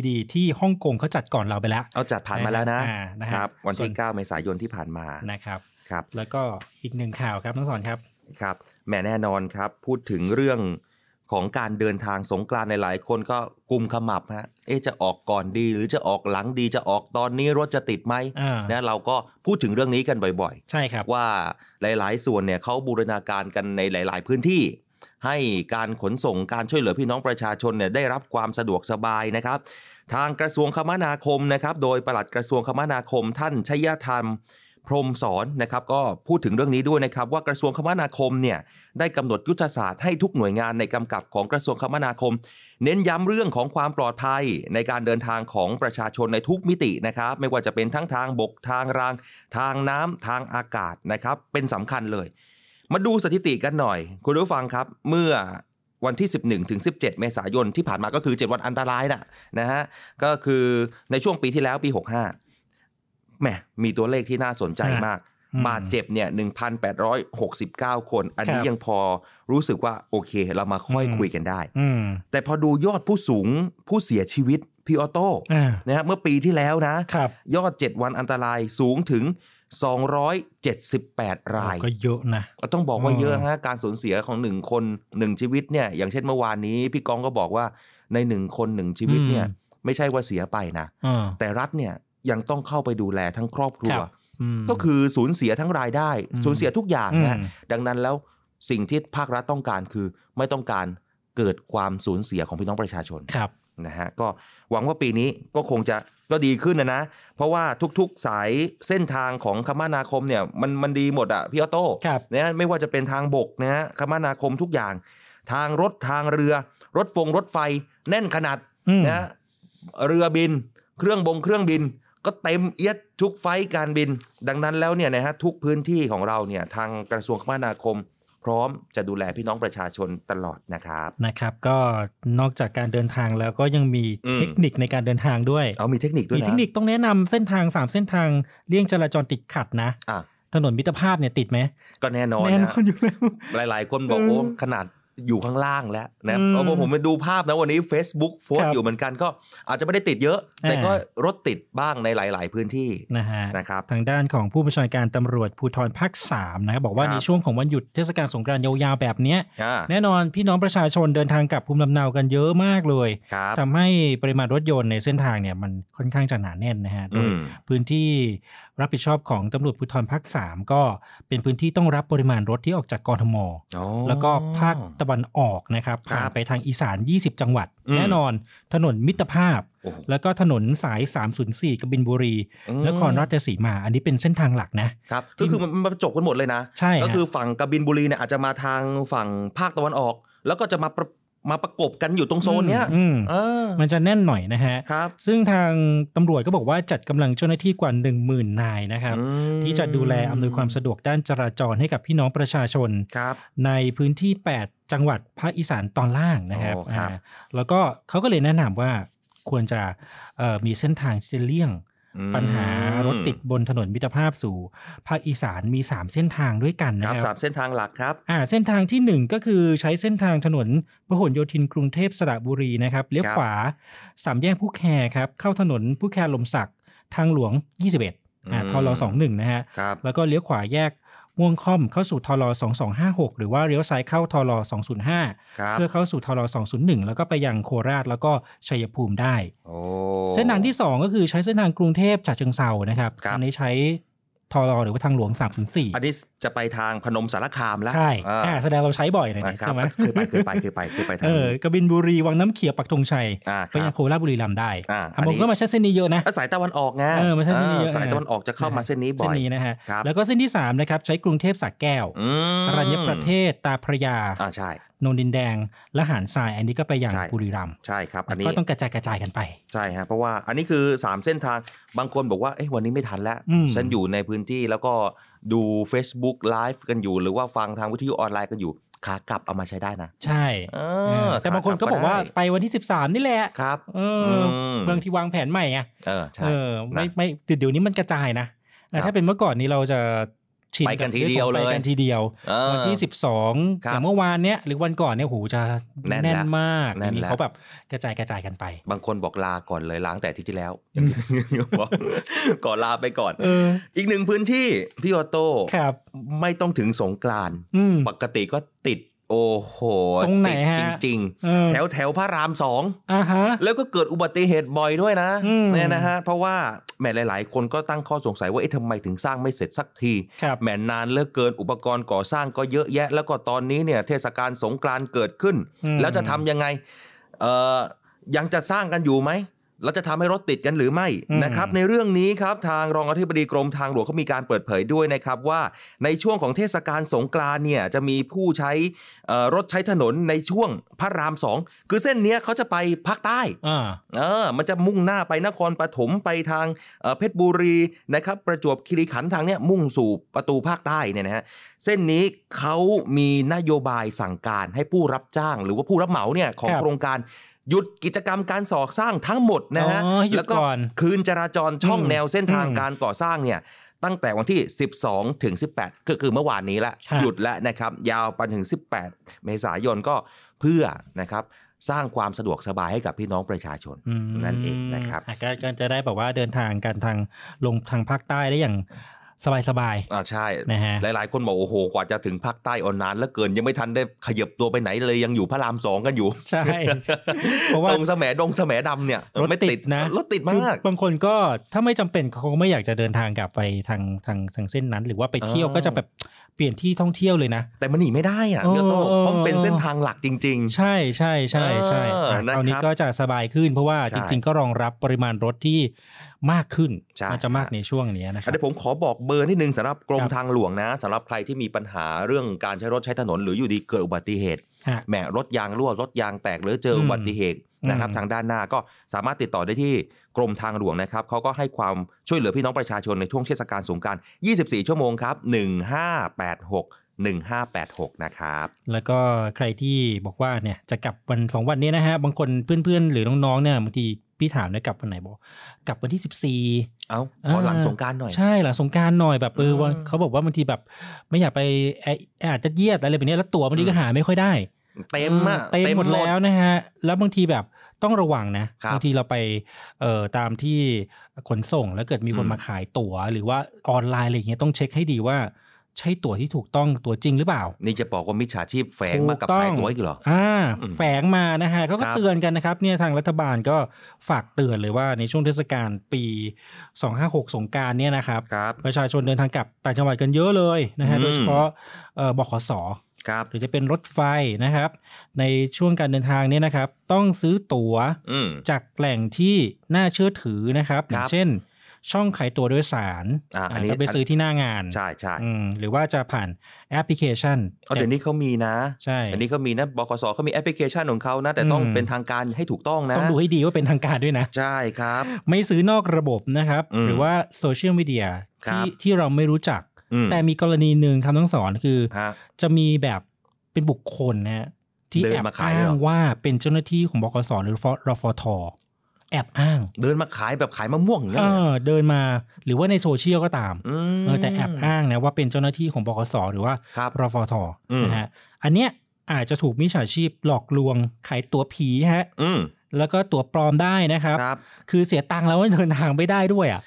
D: ดีๆ ที่ฮ่องกงเขาจัดก่อนเราไปแล้ว
E: เอาจัดผ่านมาแล้วนะ
D: อ่านะฮะ
E: ครับ วัน
D: ส่ว
E: ที่
D: น
E: 9 เมษายนที่ผ่านมา
D: นะครับ
E: ครับ
D: แล้วก็อีกหนึ่งข่าวครับน้องสอนครับ
E: ครับแหม่แน่นอนครับ พูดถึงเรื่องของการเดินทางสงกรานต์ในหลายคนก็กุมขมับฮะเอ๊ะจะออกก่อนดีหรือจะออกหลังดีจะออกตอนนี้รถจะติดไหม
D: อ่าน
E: นะเราก็พูดถึงเรื่องนี้กันบ่อยๆ
D: ใช่ครับ
E: ว่าหลาย ๆ ส่วนเนี่ยเขาบูรณาการกันในหลาย ๆ พื้นที่ ให้การขนส่งการช่วยเหลือพี่น้องประชาชนเนี่ยได้รับความสะดวกสบายนะครับ ทางกระทรวงคมนาคมนะครับโดยปลัดกระทรวงคมนาคม ท่านชัยธรรม พรหมสอนนะครับก็พูดถึงเรื่องนี้ด้วยนะครับ ว่ากระทรวงคมนาคมเนี่ยได้กำหนดยุทธศาสตร์ให้ทุกหน่วยงานในกำกับของกระทรวงคมนาคม เน้นย้ำเรื่องของความปลอดภัยในการเดินทางของประชาชนในทุกมิตินะครับ ไม่ว่าจะเป็นทั้งทางบกทางราง ทางน้ำทางอากาศนะครับ เป็นสำคัญเลย มาดูสถิติกันหน่อย คุณผู้ฟังครับ เมื่อวันที่ 11ถึง17 เมษายนที่ผ่านมาก็คือ 7 วันอันตรายนะนะฮะก็คือในช่วงปีที่แล้วปี 65แหมมีตัวเลขที่น่าสนใจมาก
D: อืม
E: บาดเจ็บเนี่ย1,869 คน อันนี้
D: ครับ
E: ยังพอรู้สึกว่าโอเค เรามาค่อย
D: อืม
E: คุยกันได้
D: อืม
E: แต่พอดูยอดผู้สูงผู้เสียชีวิตพี่ออโต้
D: อ่า
E: นะฮะเมื่อปีที่แล้วนะ
D: ครับ
E: ยอด 7 วันอันตรายสูงถึง 278 ราย
D: ก็เยอะนะ
E: ก็ต้องบอกว่า
D: อืม
E: เยอะนะการสูญเสียของ 1 คน 1 ชีวิตเนี่ยอย่างเช่นเมื่อวานนี้พี่กองก็บอกว่าใน 1 คน 1 ชีวิตเนี่ยไม่ใช่ว่าเสียไปนะ
D: อ่า
E: แต่รัฐเนี่ยยังต้องเข้าไปดูแลทั้งครอบครั
D: รั
E: ว
D: บม
E: ก็คือสูญเสียทั้งรายได้
D: อืม
E: สูญเสียทุกอย่างนะ
D: อืม
E: ดังนั้นแล้วสิ่งที่ภาครัฐต้องการคือไม่ต้องการเกิดความสูญเสียของพี่น้องประชาชน
D: ครับ
E: นะฮะก็หวังว่าปีนี้ก็คงจะก็ดีขึ้นนะนะ เพราะว่าทุกๆสายเส้นทางของคมนาคมเนี่ยมันมันดีหมดอะพี่ออโต้
D: ครับ
E: นะฮะไม่ว่าจะเป็นทางบกนะฮะคมนาคมทุกอย่าง ทางรถทางเรือ รถฟงรถไฟแน่นขนาด
D: อืม
E: นะฮะเรือบิน เครื่องบงเครื่องบิน ก็เต็มเอียดทุกไฟล์การบิน ดังนั้นแล้วเนี่ยนะฮะทุกพื้นที่ของเราเนี่ยทางกระทรวงคมนาคม พร้อมจะดูแลพี่น้องประชาชนตลอดนะครับ
D: นะครับ ก็นอกจากการเดินทางแล้วก็ยังมี
E: อืม
D: เทคนิคในการเดินทางด้วย
E: เอามีเทคนิคด้วย
D: มี
E: นะ
D: เทคนิคต้องแนะนำเส้นทาง 3 เส้นทางเลี่ยงจราจรติดขัดนะ
E: อ่ะ
D: ถนนมิตรภาพเนี่ยติดไหม
E: ก็แน่นอน
D: แน่น
E: นะ
D: อนอยู่แล้ว
E: หลายๆ คนบอก
D: เออ
E: โอ้ขนาดอยู่ข้างล่างแล้วนะ
D: อืม
E: เพราะว่าผมไปดูภาพนะวันนี้ Facebook โพส
D: ครั
E: ต์
D: บ
E: อยู่เหมือนกันก็อาจจะไม่ได้ติดเยอะ แต่
D: อ่า
E: ก็รถติดบ้างในหลาย ๆ พื้นที่
D: นะฮะ
E: นะครับ
D: ทางด้านของผู้บัญชาการตำรวจภูธรภาค3นะครับบอกว่า
E: ครับ
D: ในช่วงของวันหยุดเทศกาลสงกรานต์ยาวๆแบบเนี้ย
E: อ่า
D: แน่นอนพี่น้องประชาชนเดินทางกลับภูมิลำเนากันเยอะมากเลย
E: ครับ
D: ทำให้ปริมาณรถยนต์ในเส้นทางเนี่ยมันค่อนข้างจะหนาแน่นนะฮะโด
E: อื
D: ย
E: ม
D: พื้นที่รับผิดชอบของตำรวจภูธรภาค3ก็เป็นพื้นที่ต้องรับปริมาณรถที่ออกจากกรทม
E: อ๋อ
D: แล้วก็ภาคตะวันออกนะครับ
E: ครับ
D: ผ่านไปทางอีสาน 20 จังหวัด
E: อืม
D: แน่นอนถนนมิตรภาพ
E: โอ้โห
D: แล้วก็ถนนสาย 304 กบินบุรี
E: อืม
D: นครราชสีมา อันนี้เป็นเส้นทางหลักนะ
E: ครับก็คือมันมันประจบกันหมดเลยนะ
D: ใช่ฮะ
E: ก็คือฝั่งกบินบุรีเนี่ยอาจจะมาทางฝั่งภาคตะวันออก แล้วก็จะมาประมาประกบกันอยู่ตรงโซนเนี้ย
D: อืม
E: เออ
D: มันจะแน่นหน่อยนะฮะ
E: ครับ
D: ซึ่งทางตำรวจก็บอกว่าจัดกำลังเจ้าหน้าที่กว่า 1 0,000 นายนะครับ
E: อืม
D: ที่จะดูแลอำนวยความสะดวกด้านจราจรให้กับพี่น้องประชาชน
E: ครับ
D: ในพื้นที่ 8 จังหวัดภาคอีสานตอนล่างนะครับ
E: โอ้ครับ
D: อ่าแล้วก็เขาก็เลยแนะนำว่าควรจะเอ่อมีเส้นทางที่จะเลี่ยง
E: อืม
D: ปัญหารถติดบนถนนมิตรภาพสู่ภาคอีสานมี 3 เส้นทางด้วยกัน
E: ค
D: นะ
E: รับ
D: ค
E: สา
D: รับ
E: มเส้นทางหลักครับ
D: อ่าเส้นทางทีหนึ่1 ก็คือใช้เส้นทางถนนพหลโยธินกรุงเทพสระบุรีนะครับเลี้ยว
E: ครับ
D: ขวาสามแยกผู้แคครับเข้าถนนผู้แคลมศักดิ์ทางหลวง 21อ่าทล21นะฮะ
E: ครับ
D: แล้วก็เลี้ยวขวาแยกม่วงค่อมเข้าสู่ทล2256 หรือว่าเลี้ยวซ้ายเข้าทล205
E: ครับ
D: เพื่อเข้าสู่ทล201 แล้วก็ไปยังโคราชแล้วก็ชัยภูมิได้
E: โอ้
D: เส้นทางที่ 2 ก็คือใช้เส้นทางกรุงเทพฉะเชิงเซานะครับ
E: ครับ
D: อันี้ใช้ทลหรือว่าทางหลวง 304
E: อันนี้จะไปทางพนมสารคามแล้ว
D: ใช่
E: อ่า
D: อ่าแสดงเราใช้บ่อยหน่อยนะ
E: ครั
D: ใช่
E: บ
D: ไหม
E: เคยไปเคยไปเคยไปเคยไปทา
D: เอง อ
E: นี้
D: กบินบุรีวังน้ำเขียวปักธงชัย
E: อ่าค
D: ไป
E: รั
D: ยั
E: บ
D: งโคราชบุรีรัมย์ได้
E: อ่า
D: อ่ะผมก็มาใช้เส้นนี้เยอะนะ
E: แล้วสายตะวันออกไง
D: เออมาเส้นนี้เยอะ
E: าสาย
D: นะ
E: ตะวันออกจะเข้ามาเส้นนี้บ่อย
D: เส้นนี้นะฮะ
E: ครับ
D: แล้วก็เส้นที่สามนะครับใช้กรุงเทพสระแก้ว
E: อืม
D: อรัญญประเทศตาพระยา
E: อ่าใช่
D: นนดินแดงและหานทราย อันนี้ก็ไปอย่าง
E: ใช่
D: บุรีรัมย์
E: ใช่ครับ อันนี้
D: ก็ต้องกระจายกระจายกันไป
E: ใช่ฮะเพราะว่าอันนี้คือ 3 เส้นทางบางคนบอกว่าเอ้วันนี้ไม่ทันแล้ว
D: อืม
E: ฉันอยู่ในพื้นที่แล้วก็ดู Facebook Live กันอยู่ หรือว่าฟังทางวิทยุออนไลน์กันอยู่ ขากลับเอามาใช้ได้นะ
D: ใช่
E: เอ
D: เอ
E: อ
D: อแต่บางคนก็บอกว่า
E: ได้
D: ไปวันที่ 13 นี่แหละ
E: ครับ
D: เออ
E: ม
D: บางทีวางแผนใหม่ไง
E: เออใช่
D: เออไม่
E: นะ
D: ไม่เดี๋ยวนี้มันกระจายนะแต่
E: ครับ
D: ถ้าเป็นเมื่อก่อนนี้เราจะชิน
E: ไปกันทีเดียวเลย
D: ไปกันทีเดียว
E: เออ
D: วันที่ 12
E: ครับ
D: อย่างเมื่อวานเนี้ยหรือวันก่อนเนี่ยโหจะ
E: แน่นละ
D: แน่นมาก
E: แน่น
D: ทีนี้
E: ละ
D: เขาแบบกระจายกระจายกันไป
E: บางคนบอกลาก่อนเลยล้างแต่อาที่ที่แล้ว บอกก่อนลาไปก่อน
D: เออ
E: อีกหนึ่งพื้นที่พี่ออโต้
D: ครับ
E: ไม่ต้องถึงสงกรานต์
D: อืม
E: ปกติก็ติดโอ้โห
D: ตรงไหน
E: ติด
D: ฮะ
E: จริง
D: เออ
E: ๆ แถวแถวพระรามสอง
D: อ่าฮะ
E: แล้วก็เกิดอุบัติเหตุบ่อยด้วยนะ
D: อืม
E: เนี่ยนะฮะเพราะว่าแหมหลาย ๆ คนก็ตั้งข้อสงสัยว่าเอ๊ะทำไมถึงสร้างไม่เสร็จสักที
D: ครับ
E: แหมนานเหลือเกินอุปกรณ์ก่อสร้างก็เยอะแยะ แล้วก็ตอนนี้เนี่ยเทศกาลสงกรานต์เกิดขึ้น
D: อืม
E: แล้วจะทำยังไงเอ่อยังจะสร้างกันอยู่ไหมแล้วจะทำให้รถติดกันหรือไม่
D: อืม
E: นะครับ ในเรื่องนี้ครับทางรองอธิบดีกรมทางหลวงเขามีการเปิดเผยด้วยนะครับว่าในช่วงของเทศกาลสงกรานต์เนี่ยจะมีผู้ใช้เอ่อรถใช้ถนนในช่วงพระรามสองคือเส้นเนี้ยเขาจะไปภาคใต้
D: อ่า
E: เออ มันจะมุ่งหน้าไปนครปฐมไปทางเอ่อเพชรบุรีนะครับ ประจวบคีรีขันธ์ทางเนี้ยมุ่งสู่ประตูภาคใต้เนี่ยนะฮะ เส้นนี้เขามีนโยบายสั่งการให้ผู้รับจ้าง หรือว่าผู้รับเหมาเนี่ยของ
D: ครับ
E: โครงการหยุดกิจกรรมการสอกสร้างทั้งหมดนะฮะ
D: อ๋อหยุด
E: แล้วก็
D: ก่อน
E: คืนจราจรช่อง
D: อืม
E: แนวเส้นทาง
D: อืม
E: การก่อสร้างเนี่ยตั้งแต่วันที่ 12 ถึง 18 ก็คือเมื่อวานนี้ละ
D: ครับ
E: หยุดแล้วนะครับ ยาวไปถึง 18 เมษายนก็เพื่อนะครับสร้างความสะดวกสบายให้กับพี่น้องประชาชน
D: อืม
E: นั่นเองนะครับ
D: อ่ก็ก็จะได้แบบว่าเดินทางกันทางลงทางภาคใต้ได้อย่างสบายสบาย
E: อ่าใช่
D: ๆนะฮะ
E: หลาย ๆ คนบอกโอ้โห กว่าจะถึงภาคใต้ออนนานแล้วเกินยังไม่ทันได้ขยับตัวไปไหนเลยยังอยู่พระรามสองกันอยู่
D: ใช่ เพราะว่า
E: ตรงแสมดงแสมดำเนี่ย
D: รถ
E: ไม่
D: ติดนะ
E: รถติด
D: คือ
E: มาก
D: บางคนก็ถ้าไม่จำเป็นเขาก็ไม่อยากจะเดินทางกลับไปทางทางทางเส้นนั้น หรือว่าไปเที่ยว
E: อ่า
D: ก็จะแบบเปลี่ยนที่ท่องเที่ยวเลยนะ
E: แต่มันหนีไม่ได้อ่ะพี่โต้
D: เออเออ
E: เพราะมันเป็นเส้นทางหลักจริง
D: ใช่ใช่ใช่ใช่
E: เออ
D: อ่ะ
E: นะครับ
D: คราวนี้ก็จะสบายขึ้น เพราะว่า
E: ใช่
D: จริง ๆ ก็รองรับปริมาณรถที่มากขึ้น
E: ใช่
D: น่าจะมากในช่วงเนี้ยนะค
E: ๆ
D: รับ
E: เดี๋ยวผมขอบอกเบอร์นิดนึงสำหรับกรม
D: ครับ
E: ทางหลวงนะสำหรับใครที่มีปัญหาเรื่องการใช้รถใช้ถนน หรืออยู่ดีเกิดอุบัติเหตุ
D: ฮะ
E: แหมรถยางรั่วรถยางแตกหรือเจอ
D: ม
E: อุบัติเหตุนะครับ
D: อืม
E: ทางด้านหน้าก็สามารถติดต่อได้ที่กรมทางหลวงนะครับเขาก็ให้ความช่วยเหลือพี่น้องประชาชนในช่วงเทศกาลสงกราร 24 ชั่วโมงครับ1586 1586นะครับ
D: แล้วก็ใครที่บอกว่าเนี่ยจะกลับวันสองวันนี้นะฮะบางคนเพื่อนๆ หรือน้องๆเนี่ยบางทีพี่ถามเนี่ยกลับวันไหนบอกกลับวันที่
E: เอ้าขอหลังสงกรารหน่อย
D: 14 ใช่หลังสงกรารหน่อยแบบเออ
E: อืม
D: ว่าเขาบอกว่าบางทีแบบไม่อยากไปแอแออาจจะเยียดอะไรแบบเนี้ยแล้วตั๋วบางที
E: อืม
D: ก็หาไม่ค่อยได้
E: เต็มอะ
D: เออเต็มหมดแล้วนะฮะแล้วบางทีแบบต้องระวังนะครับ บางทีเราไปเอ่อตามที่ขนส่งแล้วเกิดมีคน
E: อืม
D: มาขายตั๋ว หรือว่าออนไลน์อะไรอย่างเงี้ยต้องเช็คให้ดีว่าใช่ตั๋วที่ถูกต้องตั๋วจริงหรือเปล่า
E: นี่จะบอกว่ามิจฉาชีพแฝงมากับ
D: ถู
E: ขาย
D: ต้ง
E: ตัวอีกเหรอ
D: อ่า
E: อืม
D: แฝงมานะฮะเขาก็
E: ครับ
D: เตือนกันนะครับเนี่ยทางรัฐบาลก็ฝากเตือนเลยว่าในช่วงเทศกาลปี 256 สงกรารเนี่ยนะครับ
E: ครับ
D: ประชาชนเดินทางกลับต่างจังหวัดกันเยอะเลยนะฮะ
E: อืม
D: โดยเฉพาะเอ่อบขส
E: ครับ
D: หรือจะเป็นรถไฟนะครับ ในช่วงการเดินทางเนี่ยนะครับ ต้องซื้อตั๋ว
E: อืม
D: จากแหล่งที่น่าเชื่อถือนะครับ
E: ครับ
D: อย่างเช่น ช่องขายตั๋วโดยสาร
E: อ่าอันนี้
D: ก็ไปซื้อที่หน้างาน
E: ใช่ใช่
D: อืมหรือว่าจะผ่านแอปพลิเคชัน
E: เอาเดี๋ยวนี้เขามีนะ
D: ใช่
E: อันนี้เขามีนะบกสเขามีแอปพลิเคชันของเขานะ แต่ต้อง
D: อืม
E: เป็นทางการให้ถูกต้องนะ
D: ต้องดูให้ดีว่าเป็นทางการด้วยนะ
E: ใช่ครับ
D: ไม่ซื้อนอกระบบนะครับ
E: อืม
D: หรือว่าโซเชียลมีเดีย
E: ครั
D: ที่
E: บ
D: ที่เราไม่รู้จัก
E: อืม
D: แต่มีกรณีหนึ่งคำต้องสอนคือ
E: ฮะ
D: จะมีแบบเป็นบุคคลนะฮะที่
E: เดิ
D: แอน บ
E: มาขาย
D: อ้า
E: เหรอ
D: งว่าเป็นเจ้าหน้าที่ของบกสหรือรฟทแอบอ้าง
E: เดินมาขายแบบขายมะม่วงอย่าง
D: เอ
E: เงี้ยเลย
D: อเดินมาหรือว่าในโซเชียลก็ตาม
E: ม
D: เออแต่แอบอ้างนะว่าเป็นเจ้าหน้าที่ของบกสหรือว่า
E: ครับ
D: รฟท
E: อืม
D: นะฮะอันเนี้ยอาจจะถูกมิจฉาชีพหลอกลวงขายตั๋วผีฮะ
E: อืม
D: แล้วก็ตั๋วปลอมได้นะครับ
E: ครับ
D: คือเสียตังค์แล้วเดินทางไม่ได้ด้วยอ่ะ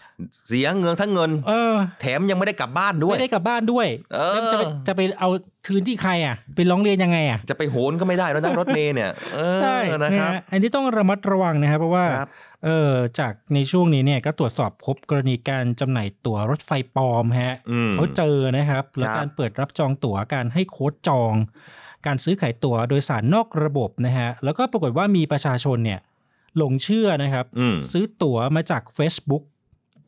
E: เสียเงินทั้งเงิน
D: เออ
E: แถมยังไม่ได้กลับบ้านด้วย
D: ไม่ได้กลับบ้านด้วย
E: เออ
D: แล้วจะไปจะไปเอาคืนที่ใครอ่ะ ไปร้องเรียนยังไงอ่ะ
E: จะไปโหนก็ไม่ได้แล้ว นั่งรถเมล์เนี่ยเออนะ
D: นะ
E: ครั
D: ฮะ
E: บ
D: อันนี้ต้องระมัดระวังนะครับเพราะว่า
E: ครับ
D: เออจากในช่วงนี้เนี่ยก็ตรวจสอบพบกรณีการจำหน่ายตั๋วรถไฟปลอมฮะ
E: อืม
D: เขาเจอนะครับ แล้
E: ค
D: ว
E: รับ
D: การเปิดรับจองตั๋วการให้โค้ดจอง การซื้อขายตั๋วโดยสารนอกระบบนะฮะแล้วก็ปรากฏว่ามีประชาชนเนี่ยหลงเชื่อนะครับ
E: อืม
D: ซื้อตั๋วมาจาก Facebook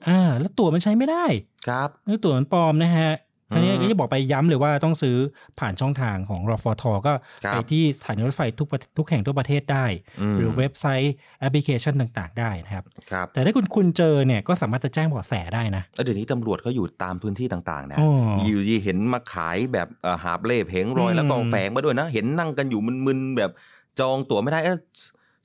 D: อ่าแล้วตั๋วมันใช้ไม่ได้
E: ครับ
D: เนื้อตั๋วมันปลอมนะฮะ คราวนี้ก็จะบอกไปย้ำเลยว่าต้องซื้อผ่านช่องทางของรฟทก็
E: ครับ
D: ไปที่สถานีรถไฟทุกประทุกแห่งทั่วประเทศได้
E: ม
D: หรือเว็บไซต์แอปพลิเคชันต่างๆ ได้นะครับ
E: ครับ
D: แต่ถ้าคุณคุณเจอเนี่ยก็สามารถจะแจ้งเบาะแสได้นะ
E: แล้วเดี๋ยวนี้ตำรวจเขาอยู่ตามพื้นที่ต่างๆนะ
D: อ๋ออยู่
E: ดีเห็นมาขายแบบเอ่อหาบเล่เพงรอย
D: อืม
E: แล้วก็แฝงมาด้วยนะ เห็นนั่งกันอยู่มึนๆแบบจองตั๋วไม่ได้เอ๊ะ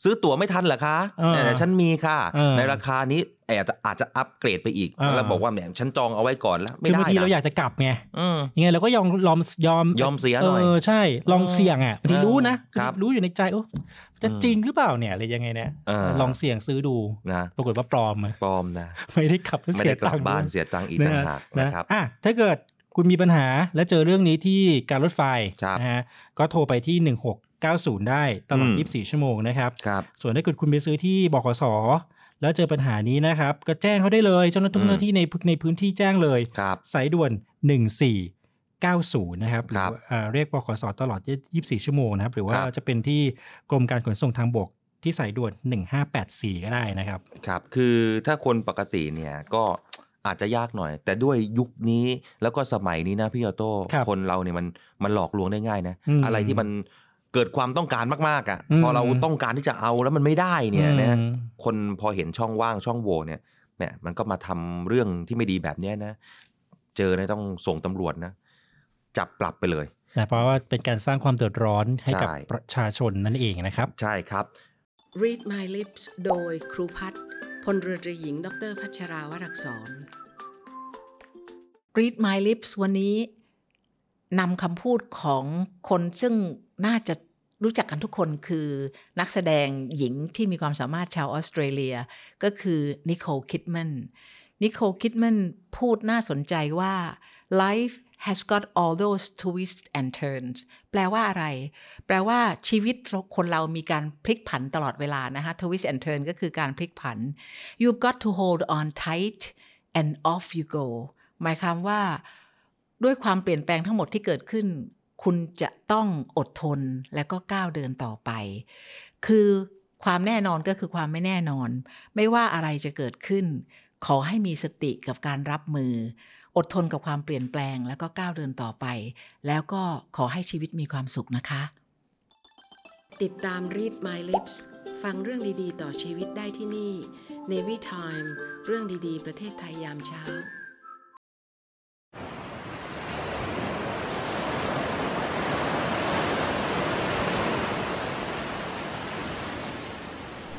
E: ซื้อตั๋วไม่ทันเหรอคะ
D: เออ
E: แต่ฉันมีค่ะ
D: เออ
E: ในราคานี้แอบอาจจะอัปเกรดไปอีก
D: เออ
E: แล้วบอกว่าแหมฉันจองเอาไว้ก่อนแล้วไม่
D: คื
E: ได้
D: อบางทีเราอ
E: นะ
D: ยากจะกลับไง
E: อืม
D: ยังไงเราก็ยอมยอมยอม
E: ยอมเสียหน่อย
D: เออใช่ลองเสี่ยงอ่ะบางที
E: เออ
D: รู้นะครับ รู้อยู่ในใจโอ้จะ
E: อืม
D: จริงหรือเปล่าเนี่ยอะไรยังไงเนี่ย
E: เออ
D: ลองเสี่ยงซื้อดู
E: นะ
D: ปรากฏว่าปลอมอะ
E: ปลอมนะ
D: ไม่ได้กลับ
E: ไม่
D: เสี
E: ได้
D: ย
E: กลั
D: ตั
E: บ
D: งค์
E: บ้าน
D: ด้วย
E: เสียตังค์อีกต่างหากนะครับ
D: อ่ะถ้าเกิดคุณมีปัญหาและเจอเรื่องนี้ที่การรถไฟ
E: ครับ
D: นะฮะก็โทรไปที่ 1690 ได้ตลอด
E: อืม
D: 24 ชั่วโมงนะครับ
E: ครับ
D: ส่วนถ้าเกิดคุณไปซื้อที่บขสแล้วเจอปัญหานี้นะครับ ก็แจ้งเขาได้เลยเจ้าหน้าที่
E: อืม
D: เจ้าหน้าที่ในในพื้นที่แจ้งเลย
E: ครับ
D: สายด่วน 1490 นะครับ
E: ค
D: หอ
E: รับ
D: ว่าอ่าเรียกบขสตลอด 24 ชั่วโมงนะครับ หรือว่า
E: ครับ
D: จะเป็นที่กรมการขนส่งทางบกที่สายด่วน 1584 ก็ได้นะครับ
E: ครับ คือถ้าคนปกติเนี่ยก็อาจจะยากหน่อย แต่ด้วยยุคนี้แล้วก็สมัยนี้นะพี่ออโต้
D: ครับ
E: คนเราเนี่ยมันมันหลอกลวงได้ง่ายนะ
D: อืม
E: อะไรที่มันเกิดความต้องการมากๆอะ่ะ
D: อืม
E: พอเราต้องการที่จะเอาแล้วมันไม่ได้เนี่ยนะ
D: อืม
E: คนพอเห็นช่องว่างช่องโหว่เนี่ยแหมมันก็มาทำเรื่องที่ไม่ดีแบบเนี้ยนะ เจอเนี่ยต้องส่งตำรวจนะ จับปรับไปเลย
D: นะเพราะว่าเป็นการสร้างความเดือดร้อนให้กับ
E: ใช่
D: ประชาชนนั่นเองนะครับ
E: ใช่ครับ
F: Read My Lips โดยครูพัฒน์พลเรือตรีหญิง ดรพัชราวรักษร
G: Read My Lips วันนี้นำคำพูดของคนซึ่งน่าจะรู้จักกันทุกคนคือนักแสดงหญิงที่มีความสามารถชาวออสเตรเลีย ก็คือนิโคลคิดแมนนิโคลคิดแมนพูดน่าสนใจว่า life has got all those twists and turns แปลว่าอะไร แปลว่าชีวิตคนเรามีการพลิกผันตลอดเวลานะคะ twist and turn ก็คือการพลิกผัน you've got to hold on tight and off you go หมายความว่า ด้วยความเปลี่ยนแปลงทั้งหมดที่เกิดขึ้น คุณจะต้องอดทนและก็ก้าวเดินต่อไป คือความแน่นอนก็คือความไม่แน่นอน ไม่ว่าอะไรจะเกิดขึ้น ขอให้มีสติกับการรับมือ อดทนกับความเปลี่ยนแปลงแล้วก็ก้าวเดินต่อไป แล้วก็ขอให้ชีวิตมีความสุขนะคะ
F: ติดตาม Read My Lips ฟังเรื่องดีๆ ต่อชีวิตได้ที่นี่ Navy Time เรื่องดีๆ ประเทศไทยยามเช้า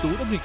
H: ศูนย์อำนวย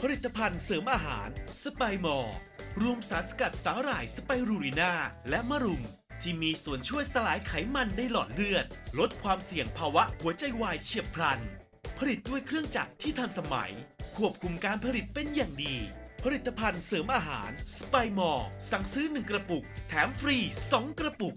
I: ผลิตภัณฑ์เสริมอาหาร สไปมอร์รวมสารสกัดสาหร่ายสไปรูริน่าและมะรุม ที่มีส่วนช่วยสลายไขมันในหลอดเลือด ลดความเสี่ยงภาวะหัวใจวายเฉียบพลัน ผลิตด้วยเครื่องจักรที่ทันสมัย ควบคุมการผลิตเป็นอย่างดี ผลิตภัณฑ์เสริมอาหารสไปมอร์สั่งซื้อ 1 กระปุก แถมฟรี 2 กระปุก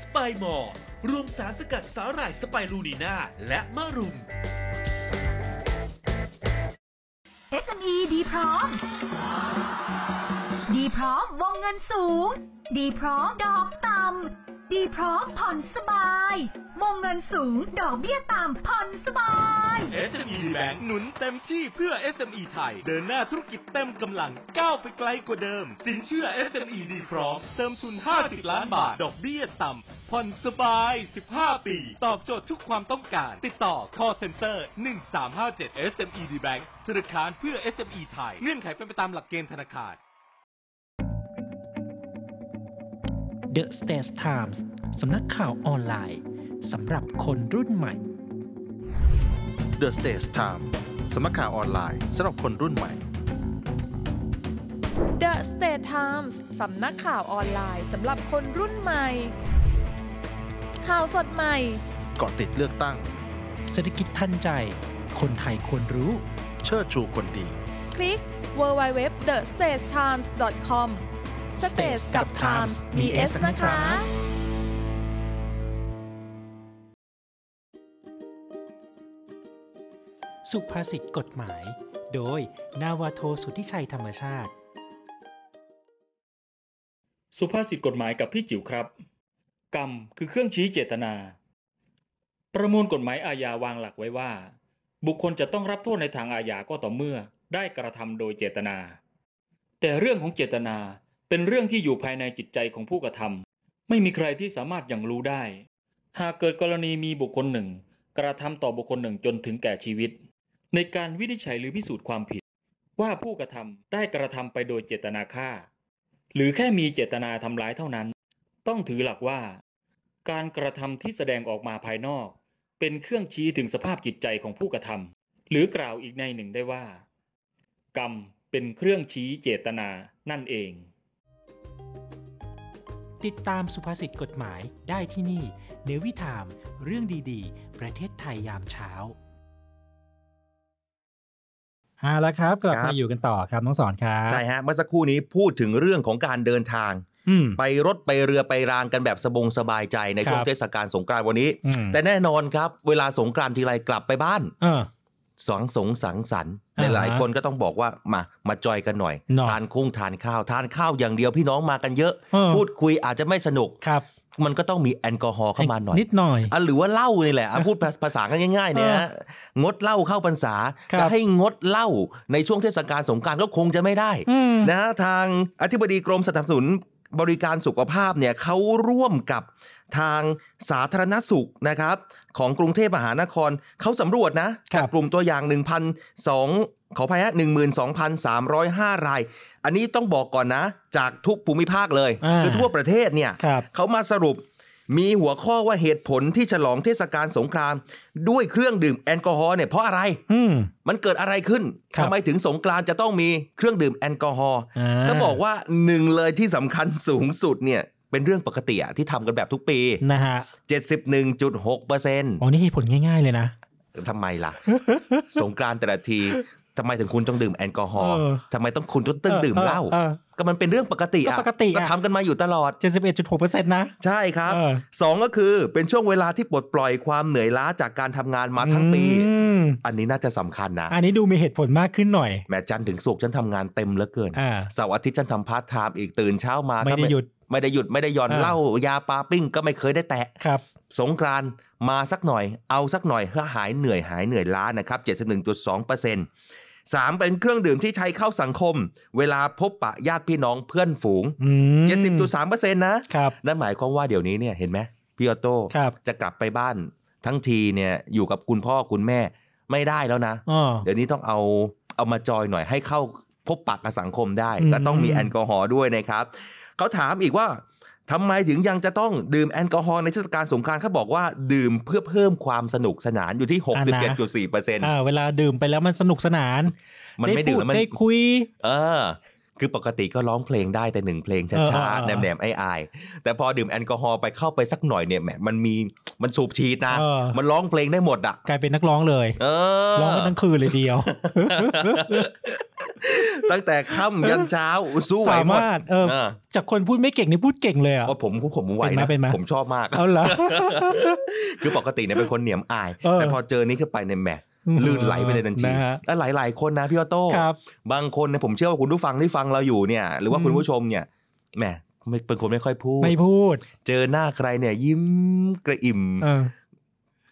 I: สไปมอร์รวมสารสกัดสาหร่ายสไปรูนีนาและมะรุม
J: SME ดีพร้อม ดีพร้อมวงเงินสูง ดีพร้อมดอกต่ำ ดีพร้อมผ่อนสบาย วงเงินสูง ดอกเบี้ยต่ำ ผ่อนสบาย
K: SME Bank หนุนเต็มที่เพื่อ SME ไทย เดินหน้าธุรกิจเต็มกำลังก้าวไปไกลกว่าเดิม สินเชื่อ SME ดีพร้อม เติมทุน 50 ล้านบาท ดอกเบี้ยต่ำผ่อนสบาย 15 ปี ตอบโจทย์ทุกความต้องการ ติดต่อ call center 1357 SME D Bank ธนาคารเพื่อ SME ไทย เงื่อนไขเป็นไปตามหลักเกณฑ์ธนาคาร
D: The States Times สำนักข่าวออนไลน์สำหรับคนรุ่นใหม่
A: The Stage Time สมัครข่าวออนไลน์สำหรับคนรุ่นใหม่
L: The State Times สำนักข่าวออนไลน์สำหรับคนรุ่นใหม่ ข่าวสดใหม่
A: เกาะติดเลือกตั้ง
D: เศรษฐกิจทันใจ คนไทยควรรู้
A: เชิดชูคนดี
L: คลิก w w w t h e s t a t e t i m e s c o m States กับ Times มี S นะคะ
D: สุภาษิตกฎหมาย โดย นาวาโทสุทธิชัยธรรมชาติ
M: สุภาษิตกฎหมายกับพี่จิ๋วครับ กรรมคือเครื่องชี้เจตนา ประมวลกฎหมายอาญาวางหลักไว้ว่า บุคคลจะต้องรับโทษในทางอาญาก็ต่อเมื่อได้กระทำโดยเจตนา แต่เรื่องของเจตนาเป็นเรื่องที่อยู่ภายในจิตใจของผู้กระทำไม่มีใครที่สามารถอย่างรู้ได้ หากเกิดกรณีมีบุคคลหนึ่ง กระทำต่อบุคคลหนึ่งจนถึงแก่ชีวิต ในการวินิจฉัยหรือพิสูจน์ความผิด ว่าผู้กระทำได้กระทำไปโดยเจตนาฆ่า หรือแค่มีเจตนาทำร้ายเท่านั้น ต้องถือหลักว่า การกระทำที่แสดงออกมาภายนอก เป็นเครื่องชี้ถึงสภาพจิตใจของผู้กระทำหรือกล่าวอีกในหนึ่งได้ว่า กรรมเป็นเครื่องชี้เจตนานั่นเอง
D: ติดตามสุภาษิตกฎหมายได้ที่นี่ เนวิทาม เรื่องดีๆ ประเทศไทยยามเช้าเอาละครับ กลับ
E: ครั
D: มา
E: บ
D: อยู่กันต่อครับน้องสอนครับ
E: ใช่ฮะเมื่อสักครู่นี้พูดถึงเรื่องของการเดินทาง
D: อืม
E: ไปรถไปเรือไปรางกันแบบสบงสบายใจใน
D: ครับ
E: ช่วงเทศกาลสงกรานต์วันนี้
D: อืม
E: แต่แน่นอนครับ เวลาสงกรานต์ทีไรกลับไปบ้าน
D: เออ
E: สองสงสังสรรค์
D: อ่าฮะ
E: หลายๆคนก็ต้องบอกว่ามามาจอยกันหน่อย
D: หน่อย
E: ทานคุ้งทานข้าว ทานข้าวอย่างเดียวพี่น้องมากันเยอะ
D: เออ
E: พูดคุยอาจจะไม่สนุก
D: ครับ
E: มันก็ต้องมีแอลกอฮอล์เข้ามาหน่อย
D: นิดหน่อย
E: อ่ะหรือว่าเหล้านี่แหละอ่ะพูดภาภาษากันง่ายๆเนี่ยฮะงดเหล้าเข้าพรรษา
D: ครับ
E: จะให้งดเหล้าในช่วงเทศกาลสงกรารก็คงจะไม่ได้
D: อืม
E: นะทางอธิบดีกรมสนับสนุนบริการสุขภาพเนี่ยเขาร่วมกับทางสาธารณสุขนะครับ ของกรุงเทพมหานครเขาสำรวจนะครับ จากกลุ่มตัวอย่าง 1,002ขออภัยฮะ12,305 ราย อันนี้ต้องบอกก่อนนะ จากทุกภูมิภาคเลย
D: อ่า
E: คือทั่วประเทศเนี่ย
D: ครับ
E: เขามาสรุปมีหัวข้อว่าเหตุผลที่ฉลองเทศกาลสงครามด้วยเครื่องดื่มแอลกอฮอล์เนี่ยเพราะอะไร
D: อืม
E: มันเกิดอะไรขึ้น
D: ครับ
E: ทำไมถึงสงกรานต์จะต้องมีเครื่องดื่มแอลกอฮอล์
D: อ่า
E: ก็บอกว่าหนึ่งเลยที่สำคัญสูงสุดเนี่ย เป็นเรื่องปกติอะที่ทำกันแบบทุกปี
D: นะฮะอ๋อ
E: 71.6%
D: นี่เหตุผลง่าย ๆ เลยนะ
E: ทำไมล่ะ สงกรานต์แต่ละทีทำไมถึงคุณต้องดื่มแอลกอฮอล์
D: เออ
E: ทำไมต้องคุณต้องดื่มเหล้า
D: ออ
E: ก็มันเป็นเรื่องปกติอะ
D: ก็ปกติอะ
E: ก็ทำกันมาอยู่ตลอด
D: เจ็ดสิบเอ็ดจุดหกเปอร์เซ็นต์นะ
E: ใช่ครับ
D: เออ
E: สองก็คือเป็นช่วงเวลาที่ปลดปล่อยความเหนื่อยล้าจากการทำงานมาทั้งปี
D: อืม
E: อันนี้น่าจะสำคัญนะ
D: อันนี้ดูมีเหตุผลมากขึ้นหน่อย
E: แม่จันทร์ถึงสุกร์ฉันทำงานเต็มเหลือเกิน
D: อ่า
E: เสาร์อาทิตย์ฉันทำพาร์ทไทม์อีกตื่นเช้ามา
D: ไม่
E: ก็
D: ได้หยุด
E: ไม่ได้หยุดไม่ได้หย่อน
D: อ่า
E: เหล้ายาปลาปิ้งก็ไม่เคยได้แตะ
D: ครับ
E: สงกรานต์มาสักหน่อย เอาสักหน่อยเพื่อหายเหนื่อยหายเหนื่อยล้านะครับ 71.2% 3 เป็นเครื่องดื่มที่ใช้เข้าสังคม เวลาพบปะญาติพี่น้องเพื่อนฝูง
D: อืม
E: 70.3%นะ
D: ครับ
E: นั่นหมายความว่าเดี๋ยวนี้เนี่ยเห็นไหม พี่ออโต้จะกลับไปบ้านทั้งทีเนี่ยอยู่กับคุณพ่อคุณแม่ไม่ได้แล้วนะ
D: อ๋อ
E: เดี๋ยวนี้ต้องเอาเอามาจอยหน่อยให้เข้าพบปะกับสังคมได้
D: อืม
E: แต่ต้องมีแอลกอฮอล์ด้วยนะครับเขาถามอีกว่าทำไมถึงยังจะต้องดื่มแอลกอฮอล์ในเทศกาลสงกรานต์เขาบอกว่าดื่มเพื่อเพิ่มความสนุกสนานอยู่ที่ 67.4เปอร์เซ็นต์
D: อ่าเวลาดื่มไปแล้วมันสนุกสนาน
E: มันไม่ดื่ม
D: พู
E: แล้วมัน
D: ได้คุย
E: เออ คือปกติก็ร้องเพลงได้แต่หนึ่งเพลง
D: เออ
E: ช้า
D: เออ
E: ๆ
D: เออ
E: แหนมๆไอ้อายแต่พอดื่มแอลกอฮอล์ไปเข้าไปสักหน่อยเนี่ยแหมมันมีมันสูบฉีดนะ
D: เออ
E: มันร้องเพลงได้หมดอ่ะ
D: กลายเป็นนักร้องเลย
E: เออ
D: ร้องกันทั้งคืนเลยเดียว
E: ตั้งแต่ค่ำยันเช้าสู้ไหว
D: สา
E: หมด
D: มารถเออจากคนพูดไม่เก่งนี่พูดเก่งเลยอ่ะ
E: ว่าผมผมไหว
D: เป็นไหม
E: นะ
D: เป็นไหม
E: ผมชอบมาก
D: เอาเหรอ
E: คือปกติเนี่ยเป็นคนเหนียมอาย
D: เออ
E: แต่พอเจอนี้เข้าไปเนี่ยแหมลื่นไหลไปเลยทันที
D: นะฮะ
E: แล้วหลายๆคนนะพี่ออโต้
D: ครับ
E: บางคนเนี่ยผมเชื่อว่าคุณผู้ฟังที่ฟังเราอยู่เนี่ย หรือว่า
D: อืม
E: คุณผู้ชมเนี่ยแหมไม่เป็นคนไม่ค่อยพูด
D: ไม่พูด
E: เจอหน้าใครเนี่ยยิ้มกระอิ่ม
D: เออ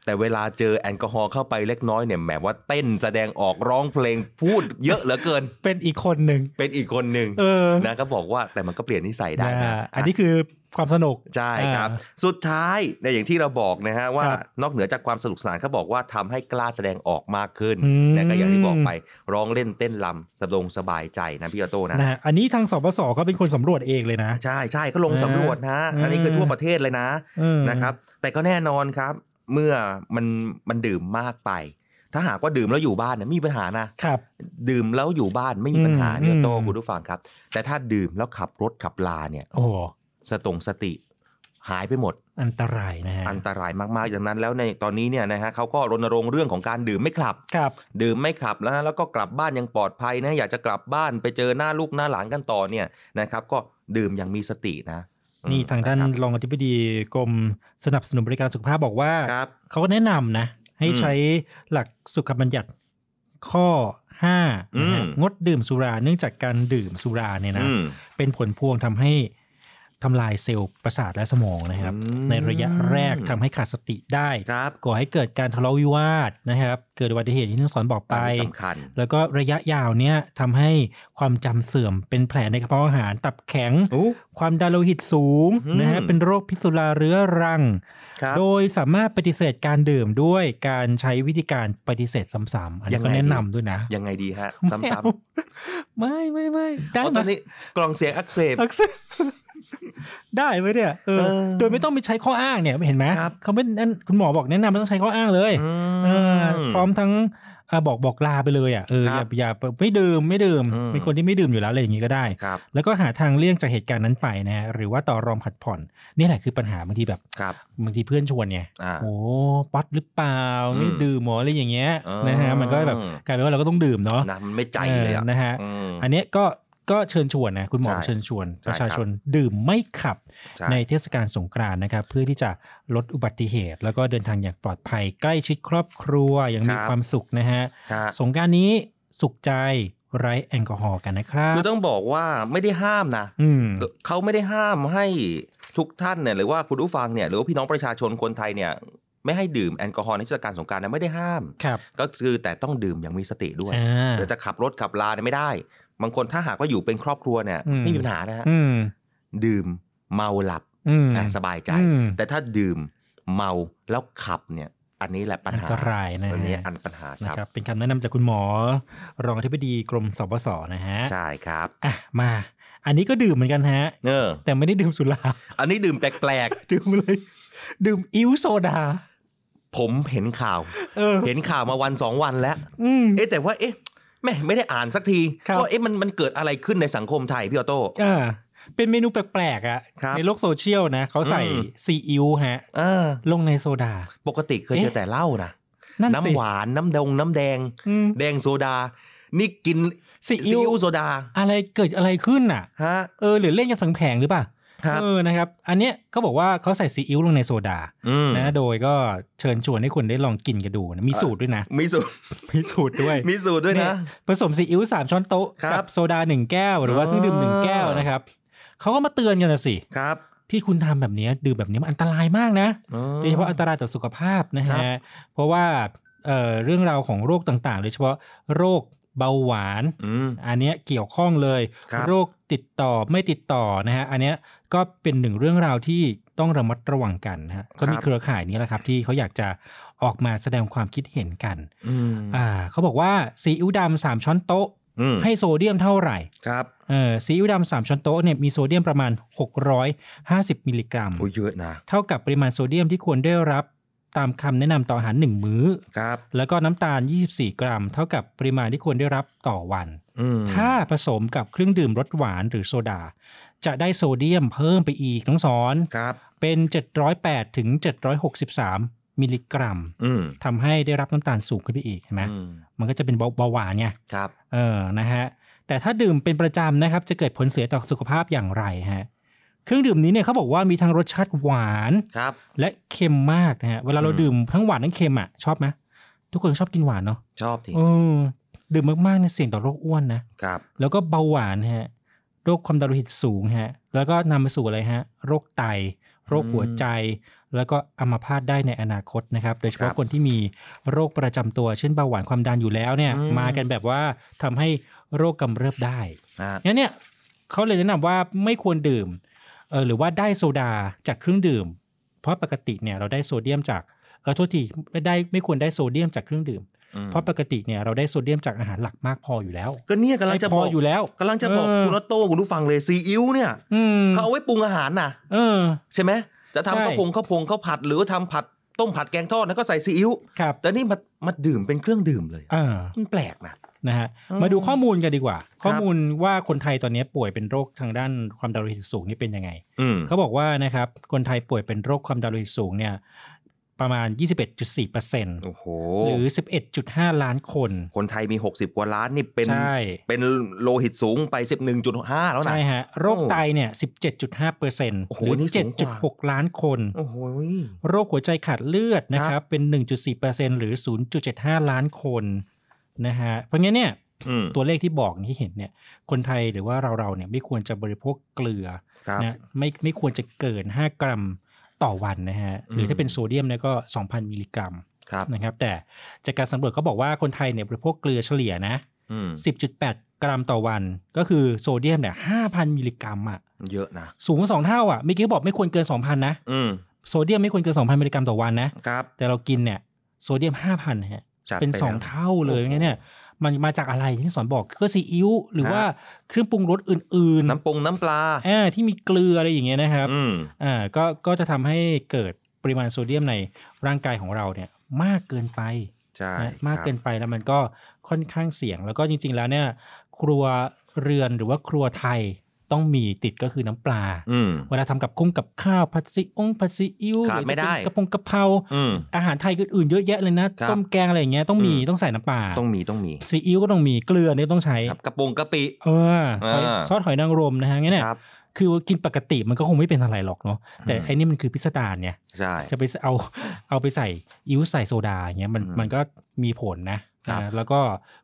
E: แต่เวลาเจอแอลกอฮอล์เข้าไปเล็กน้อยเนี่ยแหมว่าเต้นแสดงออกร้องเพลงพูดเยอะเหลือเกิน
D: เป็นอีกคนหนึ่ง
E: เป็นอีกคนหนึ่ง
D: เออ
E: นะก็บอกว่าแต่มันก็เปลี่ยนนิสัยได้
D: นะ
E: นะ
D: อันนี้คือความสนุก
E: ใช่ครับ สุดท้ายในยอย่างที่เราบอกนะฮะว่านอกเหนือจากความสนุกสนานเขาบอกว่าทำให้กล้าแสดงออกมากขึ้น
D: อืม
E: นะก็อย่างที่บอกไปร้องเล่นเต้นลำสบงสบายใจนะพี่ออโต้นะ
D: นะฮะอันนี้ทางสปสก็เป็นคนสำรวจเองเลยนะ
E: ใช่ใช่เขาลงสำรวจนะ
D: อ่า
E: อันนี้คือทั่วประเทศเลยนะ
D: อืม
E: นะครับ แต่ก็แน่นอนครับ เมื่อมันมันดื่มมากไป ถ้าหากว่าดื่มแล้วอยู่บ้านเนี่ยไม่มีปัญหานะครับ ดื่มแล้วอยู่บ้านไม่มีปัญหา
D: อืม
E: เนี่ยโต
D: อืม
E: คุณผู้ฟังครับ แต่ถ้าดื่มแล้วขับรถขับลาเนี่ย
D: โอ้โห
E: สตงสติหายไปหมด
D: อันตรายนะฮะ
E: อันตรายมากๆอย่างนั้นแล้วในตอนนี้เนี่ยนะฮะเขาก็รณรงค์เรื่องของการดื่มไม่ขับ
D: ครับ
E: ดื่มไม่ขับแล้วนะแล้วก็กลับบ้านอยังปลอดภัยนะอยากจะกลับบ้านไปเจอหน้าลูกหน้าหลานกันต่อเนี่ยนะครับก็ดื่มอย่างมีสตินะ
D: นี่ทางด้านรองอธิบดีกรมสนับสนุนบริการสุขภาพบอกว่าเขาก็แนะนำนะ ให้
E: อืม
D: ใช้หลักสุขบัญญัติข้อ5นะฮะ
E: อืม
D: งดดื่มสุราเนื่องจากการดื่มสุราเนี่ยนะ
E: อืม
D: เป็นผลพวงทำให้ทำลายเซลล์ประสาทและสมองนะครับ ในระยะแรกทำให้ขาดสติได้ก่อให้เกิดการทะเลาะวิวาทนะครับ เกิดอุบัติเหตุที่ทั้งสอนบอกไป
E: อันนี้สำคัญ
D: แล้วก็ระยะยาวเนี่ยทำให้ความจำเสื่อมเป็นแผลในกระเพาะอาหารตับแข็ง ความดันโลหิตสูง
E: อืม
D: นะฮะเป็นโรคพิษสุราเรื้อรัง
E: ครับ
D: โดยสามารถปฏิเสธการดื่มด้วยการใช้วิธีการปฏิเสธซ้ำๆอันนี้
E: ยัง
D: ก็
E: ไง
D: แนะ
E: ดี
D: นำด้วยนะ
E: ยังไงดีฮะซ้ำ
D: ไม่เอา
E: ๆ
D: ไม่ไม่ไม่ได้
E: อ๋อตอนนี้กล่องเสียงอักเสบ
D: อักเสบ ได้ไหมเนี่ยเออ
E: เออ
D: โดยไม่ต้องไปใช้ข้ออ้างเนี่ยเห็นไหมเขาไม่นั่นคุณหมอบอกแนะนำไม่ต้องใช้ข้ออ้างเลยเออพร้อมทั้งอ่ะบอกบอกลาไปเลยอ่ะเอออย่าอย่าไม่ดื่มไม่ดื่มเป็นคนที่ไม่ดื่มอยู่แล้วอะไรอย่างนี้ก็ได้ แล้วก็หาทางเลี่ยงจากเหตุการณ์นั้นไปนะฮะหรือว่าต่อรองผัดผ่อน นี่แหละคือปัญหาบางทีแบบบางทีเพื่อนชวนไงโอ้ป๊อตหรือเปล่าไม่ดื่มหมออะไรอย่างเงี้ย
E: เออ
D: นะฮะมันก็แบบกลายเป็นว่าเราก็ต้องดื่มเนาะ
E: นะมันไม่ใจเลยอะ
D: นะฮะ
E: อืม
D: อันเนี้ยก็ก็เชิญชวนนะคุณหมอ
E: ใช่
D: เชิญชวน
E: ใช่
D: ประชาชน
E: ครั
D: ดื่มไม่ขับ
E: ใช่
D: ในเทศกาลสงกรานต์นะครับเพื่อที่จะลดอุบัติเหตุ แล้วก็เดินทางอย่างปลอดภัย ใกล้ชิดครอบครัวอย่างมีความสุขนะฮะสงกรานต์นี้สุขใจไร้แอลกอฮอล์กันนะครับ
E: คือต้องบอกว่าไม่ได้ห้ามนะ
D: อืม
E: เขาไม่ได้ห้ามให้ทุกท่านเนี่ยหรือว่าคุณผู้ฟังเนี่ยหรือว่าพี่น้องประชาชนคนไทยเนี่ยไม่ให้ดื่มแอลกอฮอล์ในเทศกาลสงกรารนะไม่ได้ห้าม
D: ครับ
E: ก็คือแต่ต้องดื่มอย่างมีสติด้วย
D: อ่า
E: เดี๋ยวจะขับรถขับลาเนี่ยไม่ได้ บางคนถ้าหากว่าอยู่เป็นครอบครัวเนี่ย
D: อื
E: ไม่มีปัญหานะฮะ
D: อืม
E: ดื่มเมาหลับ
D: อืม
E: อ่ะสบายใจ
D: อืม
E: แต่ถ้าดื่มเมาแล้วขับเนี่ย อันนี้แหละปัญหา
D: อันตรายนะฮะ
E: อันนี้อันปัญหาค
D: นะ
E: รับ
D: ครับเป็นคำแนะนำจากคุณหมอ รองอธิบดีกรมสบสนะฮะ
E: ใช่ครับ
D: อ่ะมา อันนี้ก็ดื่มเหมือนกันฮะ
E: เออ
D: แต่ไม่ได้ดื่มสุรา
E: อันนี้ดื่มแปลก
D: ๆ ดื่มเลย ดื่มอิ้วโซดา
E: ผมเห็นข่าว
D: เออ
E: ห็นข่าวมาวันสองวันแล้ว
D: อืม
E: เอ๊ะแต่ว่าเอ๊ะแม่ไม่ได้อ่านสักทีว่าเอ๊ะมันมันเกิดอะไรขึ้นในสังคมไทยพี่ออโต้
D: อ่าเป็นเมนูแปลกๆอะ
E: ครั่
D: ะ
E: บ
D: ในโลกโซเชียลนะเขาใส่
E: อืม
D: ซีอิ๊วฮะลงในโซดา
E: ปกติเคยเจอแต่เหล้านะ
D: นั่นสิ
E: น้ำหวานน้ำดงน้ำแดง
D: อืม
E: แดงโซดา นี่กิน
D: ซี
E: ซีอิ๊วโซดา
D: อะไรเกิดอะไรขึ้นอ่ะ
E: ฮะ
D: เออหรือเล่นกันแผงๆหรือเปล่า
E: ครับ
D: เออนะครับ อันเนี้ยเขาบอกว่าเขาใส่ซีอิ๊วลงในโซดา
E: อืม
D: นะโดยก็เชิญชวนให้คุณได้ลองกินกันดูนะมีสูตรด้วยนะ
E: มีสูตร
D: มีสูตรด้วย
E: มีสูตรด้วยนะ
D: ผสมซีอิ๊วสามช้อนโต๊ะกับโซดาหนึ่งแก้ว หรือว่าเครื่องดื่มหนึ่งแก้วนะครับเขาก็มาเตือนกันนะสิ
E: ครับ
D: ที่คุณทำแบบเนี้ยดื่มแบบนี้มันอันตรายมากนะ
E: เออ
D: โดยเฉพาะอันตรายต่อสุขภาพนะฮะเพราะว่าเอ่อเรื่องราวของโรคต่างๆโดยเฉพาะโรคเบาหวานอันเนี้ยเกี่ยวข้องเลย
E: ครับ
D: โรคติดต่อไม่ติดต่อนะฮะอันเนี้ยก็เป็นหนึ่งเรื่องราวที่ ต้องระมัดระวังกันนะฮะก็มีเครือข่ายนี้แหละครับที่เขาอยากจะออกมาแสดงความคิดเห็นกัน
E: อืม
D: อ่าเขาบอกว่าซีอิ๊วดำสามช้อนโต๊ะ
E: อืม
D: ให้โซเดียมเท่าไหร่
E: ครับ
D: เออซีอิ๊วดำสามช้อนโต๊ะเนี่ยมีโซเดียมประมาณ 650 มิลลิกรัม
E: โอ้เยอะนะ
D: เท่ากับปริมาณโซเดียมที่ควรได้รับตามคำแนะนำต่ออาหาร 1 มื้อ
E: ครับ
D: แล้วก็น้ำตาล 24 กรัม เท่ากับปริมาณที่ควรได้รับต่อวัน
E: อืม
D: ถ้าผสมกับเครื่องดื่มรสหวานหรือโซดา จะได้โซเดียมเพิ่มไปอีกน้องสอนเป็น 708ถึง763 มิลลิกรัม
E: อืม
D: ทำให้ได้รับน้ำตาลสูงขึ้นไปอีกเห็นไหมมันก็จะเป็นเบาเบาหวานไง
E: ครับ
D: เออนะฮะแต่ถ้าดื่มเป็นประจำนะครับ จะเกิดผลเสียต่อสุขภาพอย่างไรฮะเครื่องดื่มนี้เนี่ยเขาบอกว่ามีทั้งรสชาติหวาน
E: ครับ
D: และเค็มมากนะฮะเวลาเราดื่มทั้งหวานทั้งเค็มอ่ะชอบไหมทุกคนชอบกินหวานเนาะ
E: ชอบที
D: เออดื่มมากๆเนี่ยเสี่ยงต่อโรคอ้วนนะ
E: ครับ
D: แล้วก็เบาหวานฮะ โรคความดันโลหิตสูงฮะ แล้วก็นำไปสู่อะไรฮะ โรคไต โรคหัวใจ แล้วก็อัมพาตได้ในอนาคตนะครับ โดยเฉพาะคนที่มีโรคประจำตัว เช่นเบาหวานความดันอยู่แล้วเนี่ย
E: อืม
D: มากันแบบว่าทำให้โรคกำเริบได้
E: อ่า
D: งั้นเนี่ยเขาเลยแนะนำว่าไม่ควรดื่มเออหรือว่าได้โซดาจากเครื่องดื่ม เพราะปกติเนี่ยเราได้โซเดียมจากเออโทษทีไม่ได้ไม่ควรได้โซเดียมจากเครื่องดื่ม
E: อืม
D: เพราะปกติเนี่ยเราได้โซเดียมจากอาหารหลักมากพออยู่แล้ว
E: ก็เนี่ยกำลังจะบอก
D: ไม่พออยู่แล้ว
E: กำลังจะบอก
D: เออ
E: คุณออโต้คุณผู้ฟังเลยซีอิ๊วเนี่ยเขาเอาไว้ปรุงอาหารนะใช่ไหมจะ
D: ใช่
E: ทำข้าวพงข้าวพงข้าวผัดหรือว่าทำผัดต้มผัดแกงทอดแล้วก็ใส่ซีอิ๊ว
D: ครับ
E: แต่นี่มามาดื่มเป็นเครื่องดื่มเลย
D: อ่า
E: มันแปลกนะ
D: นะฮะ
E: อืม
D: มาดูข้อมูลกันดีกว่า
E: ครับ
D: ข้อมูลว่าคนไทยตอนนี้ป่วยเป็นโรคทางด้านความดันโลหิตสูงนี่เป็นยังไง
E: อืม
D: เขาบอกว่านะครับคนไทยป่วยเป็นโรคความดันโลหิตสูงเนี่ยประมาณ 21.4%โอ้โหหรือ 11.5 ล้านคน
E: คนไทยมี 60 กว่าล้านนี่เป็น
D: ใช่
E: เป็นโลหิตสูงไป 11.5 แล้วนะ
D: ใช่ฮะโรคไตเนี่ย 17.5เปอร์เซ็นต์หรือ
E: นี่สูงกว่า
D: 7.6 ล้านคน
E: โอ้โห
D: โรคหัวใจขาดเลือดนะครับเป็น 1.4เปอร์เซ็นต์หรือ 0.75 ล้านคนนะฮะเพราะงั้นเนี่ย
E: อืม
D: ตัวเลขที่บอกที่เห็นเนี่ยคนไทยหรือว่าเราเราๆเนี่ยไม่ควรจะบริโภคเกลือ
E: ครับ
D: นะไม่ไม่ควรจะเกิน 5 กรัมต่อวันนะฮะหรือถ้าเป็นโซเดียมเนี่ยก็ 2,000 มิลลิกรัม
E: ครับ
D: นะครับแต่จากการสำรวจเขาบอกว่าคนไทยเนี่ยบริโภคเกลือเฉลี่ยนะ
E: อืม
D: 10.8 กรัมต่อวัน ก็คือโซเดียมเนี่ย5,000 มิลลิกรัมอ่ะ
E: เยอะนะ
D: สูงกว่าสองเท่าอ่ะเมื่อกี้บอกไม่ควรเกิน 2,000 นะ
E: อืม
D: โซเดียมไม่ควรเกิน 2,000 มิลลิกรัมต่อวันนะ
E: ครับ
D: แต่เรากินเนี่ยโซเดียม 5,000 ฮะ
E: จัด
D: เป็น
E: ไปแล้ว
D: 2 เท่าเลยงั้นเนี่ย มันมาจากอะไรที่สอนบอกก็ซีอิ๊วหรือ
E: ฮะ
D: ว่าเครื่องปรุงรสอื่นๆ
E: น้ำปรุงน้ำปลา
D: เออที่มีเกลืออะไรอย่างเงี้ยนะครับอ่าก็ก็จะทำให้เกิดปริมาณโซเดียมในร่างกายของเราเนี่ยมากเกินไป
E: ใช่
D: นะมากเกินไปแล้วมันก็ค่อนข้างเสี่ยง แล้วก็จริงๆแล้วเนี่ยครัวเรือนหรือว่าครัวไทยต้องมีติดก็คือน้ำปลา
E: อืม
D: เวลาทำกับคุ้งกับข้าวผัดซีอิ๊วผัดซีอิ๊ว
E: ขาด
D: หรือจะ
E: ไม่ได้
D: เป็นกระพงกระเพรา
E: อืม
D: อาหารไทยอื่นๆเยอะแยะเลยนะครับต้มแกงอะไรอย่างเงี้ยต้องมี
E: อืม
D: ต้องใส่น้ำปลา
E: ต้องมีต้องมี
D: ซีอิ๊วก็ต้องมีเกลือเนี่ยต้องใช้
E: กระปงกะปิ
D: เออซอส
E: อ่า
D: ซอสหอยนางรมนะฮะงั้นเนี่ยคือกินปกติมันก็คงไม่เป็นอะไรหรอกเนาะแต่
E: อืม
D: ไอ้นี่มันคือพิสดารไง
E: ใช่
D: จะไปเอา เอาไปใส่อิ๊วใส่โซดาอย่างเงี้ยมัน
E: อืม
D: มันก็มีผลนะนะแล้วก็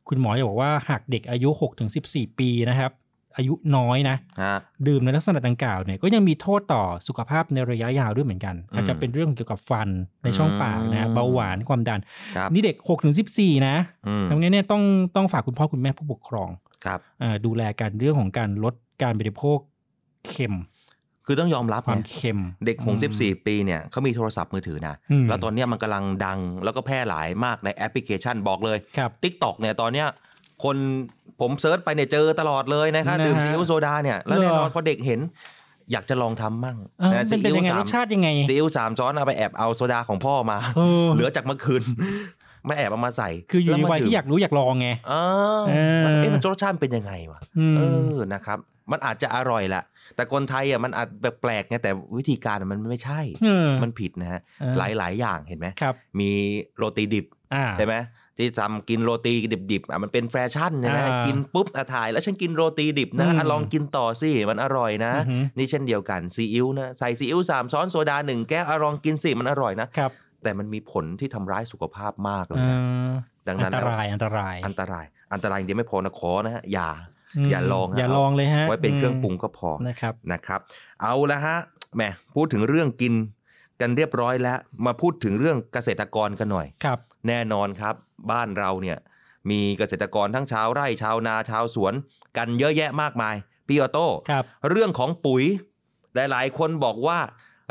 D: คุณหมอจะบอกว่าหากเด็กอายุ 6-14 ปีนะครับ อายุน้อยนะ
E: ครับ
D: ดื่มในลักษณะดังกล่าวเนี่ยก็ยังมีโทษต่อสุขภาพในระยะยาวด้วยเหมือนกัน
E: อืม
D: อาจจะเป็นเรื่องเกี่ยวกับฟันในช่องปากนะ
E: อืม
D: เบาหวานความดัน
E: ครับ
D: นี่เด็ก6ถึง14 นะ
E: อืม
D: ดังนั้นเนี่ยต้องต้องฝากคุณพ่อคุณแม่ผู้ปกครอง
E: ครับ
D: เอ่อดูแลกันเรื่องของการลดการบริโภคเค็ม
E: คือต้องยอมรับ
D: ความ
E: นี่ย
D: เค็ม
E: เด็กหง
D: อื
E: สิบสี่
D: ม
E: ปีเนี่ยเขามีโทรศัพท์มือถือนะ
D: อืม
E: แล้วตอนเนี้ยมันกำลังดังแล้วก็แพร่หลายมากในแอปพลิเคชันบอกเลย ทิกตอกเนี่ยตอนเนี้ยคนผมเซิร์ชไปเนี่ยเจอตลอดเลยนะครับ
D: นะฮะ
E: ดื่มซีอิ๊วโซดาเนี่ย แล้วแน่นอน
D: เหรอ
E: พอเด็กเห็น อยากจะลองทำมั่ง
D: เออมั
E: ะ
D: น
E: ซี
D: เป็
E: อิ๊
D: น
E: ว
D: ยังไง
E: สาม
D: รสชาติยังไง
E: ซีอิ๊วสามช้อนเอาไปแอบเอาโซดาของพ่อ มา
D: เออ
E: เหลือจากเมื่อคืน มาแอบเอามาใส่
D: คืออยู่ใน
E: แล้ม
D: วัยที่
E: ดื่ม
D: อยากรู้อยากลองไง
E: เออ
D: เออ
E: มันเอ๊ะมันรสชาติเป็นยังไงวะ
D: อืม
E: เออนะครับ มันอาจจะอร่อยแหละแต่คนไทยอ่ะมันอาจแปลกๆไงแต่วิธีการอะมันไม่ใช่
D: เออ
E: มันผิดนะฮะ
D: เออ
E: หลายๆอย่างเห็นไหม
D: ครับ
E: มีโรตีดิบ
D: อ่า
E: ใช่ไหมที่ทำกินโรตีดิบๆอ่ะมันเป็นแฟชั่นใช่ไหม
D: อ่ากิ
E: กินปุ๊บอ่ะถ่าย แล้วฉันกินโรตีดิบนะ
D: อืม
E: อ่ะลองกินต่อสิมันอร่อยนะ
D: อือหือ
E: นี่เช่นเดียวกันซีอิ๊วนะใส่ซีอิ๊วสามช้อนโซดาหนึ่งแก้วอ่ะลองกินสิมันอร่อยนะแต่มันมีผลที่ทำร้ายสุขภาพมากเลย
D: เอ
E: นะ
D: อ
E: ดังนั้น
D: อันต
E: แล้ว
D: รายอันตราย
E: อันตราย อันตรายเดียวไม่พอนะขอนะฮะอย่า
D: อืม
E: อย่าลองนะ
D: อย่าลองเลยฮะ
E: ไว้เป็น
D: อืม
E: เครื่องปรุงก็พอ
D: นะครับ
E: นะครับเอาละฮะแหมพูดถึงเรื่องกินกันเรียบร้อยแล้ว มาพูดถึงเรื่องเกษตรกรกันหน่อย
D: ครับ
E: แน่นอนครับ บ้านเราเนี่ยมีเกษตรกรทั้งชาวไร่ชาวนาชาวสวน กันเยอะแยะมากมายพี่ออโต้
D: ครับ
E: เรื่องของปุ๋ยหลายๆ คนบอกว่า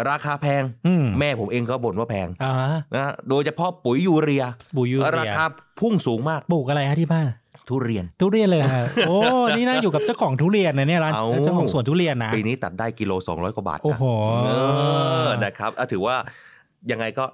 E: ราคาแพง แม่ผมเองก็บ่นว่าแพงนะโดยเฉพาะปุ๋ยยูเรีย
D: ปุ๋ยยูเรีย
E: ราคาพุ่งสูงมาก
D: ปลูกอะไรฮะที่บ้าน
E: ทุเรียน
D: ทุเรีย นเลยนะฮะ โอ้ นี่นะอยู่กับเจ้าของทุเรียนนะเนี่ยร้าน
E: เอา
D: เจ้าของสวนทุเรียนนะ
E: ปีนี้ตัดได้กิโล 200 กว่าบาทนะ
D: โอ้โห
E: เออนะครับอ่ะถือว่ายังไงก็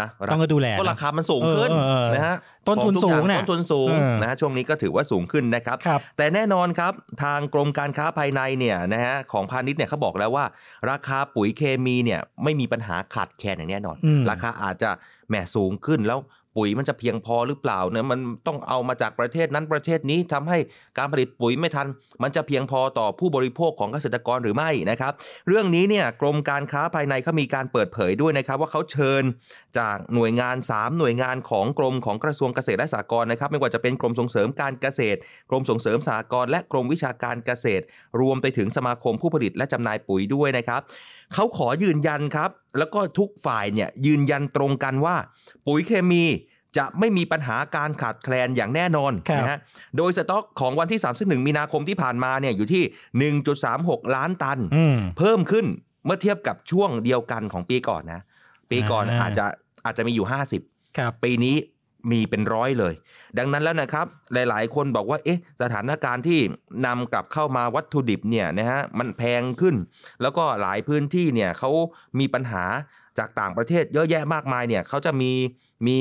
E: นะ
D: ต้องก็ดูแล
E: ก็ราคามันสูงขึ้น
D: เออเออเออ
E: นะฮะ
D: ต้นทุน
E: ของกอย่าง
D: สูงน่ะ
E: ต้นทุนสูง
D: เออ
E: นะฮะช่วงนี้ก็ถือว่าสูงขึ้นนะครับ แต่แน่นอนครับทางกรมการค้าภายในเนี่ยนะฮะของพาณิชย์เนี่ยเขาบอกแล้วว่า ราคาปุ๋ยเคมีเนี่ยไม่มีปัญหาขาดแคลนอย่างแน่นอน
D: อืม
E: ราคาอาจจะแหมสูงขึ้นแล้วปุ๋ยมันจะเพียงพอหรือเปล่าเนี่ยมันต้องเอามาจากประเทศนั้นประเทศนี้ทำให้การผลิตปุ๋ยไม่ทัน มันจะเพียงพอต่อผู้บริโภคของเกษตรกรหรือไม่นะครับ เรื่องนี้เนี่ยกรมการค้าภายในเขามีการเปิดเผยด้วยนะครับ ว่าเขาเชิญจากหน่วยงาน 3 หน่วยงานของกรมของกระทรวงเกษตรและสหกรณ์นะครับ ไม่ว่าจะเป็นกรมส่งเสริมการเกษตร กรมส่งเสริมสหกรณ์และกรมวิชาการเกษตร รวมไปถึงสมาคมผู้ผลิตและจำหน่ายปุ๋ยด้วยนะครับ เขาขอยืนยันครับ แล้วก็ทุกฝ่ายเนี่ยยืนยันตรงกันว่า ปุ๋ยเคมีจะไม่มีปัญหาการขาดแคลนอย่างแน่นอนนะฮะโดยสต็อกของวันที่ 31 มีนาคมที่ผ่านมาเนี่ยอยู่ที่ 1.36 ล้านตัน
D: อืม
E: เพิ่มขึ้นเมื่อเทียบกับช่วงเดียวกันของปีก่อนนะ ปีก่อน
D: อ่า
E: อาจจะอาจจะมีอยู่ 50
D: ครับ
E: ปีนี้มีเป็นร้อยเลย ดังนั้นแล้วนะครับ หลายๆ คนบอกว่าเอ๊ะสถานการณ์ที่นำกลับเข้ามาวัตถุดิบเนี่ยนะฮะมันแพงขึ้น แล้วก็หลายพื้นที่เนี่ยเขามีปัญหาจากต่างประเทศเยอะแยะมากมายเนี่ยเขาจะมีมี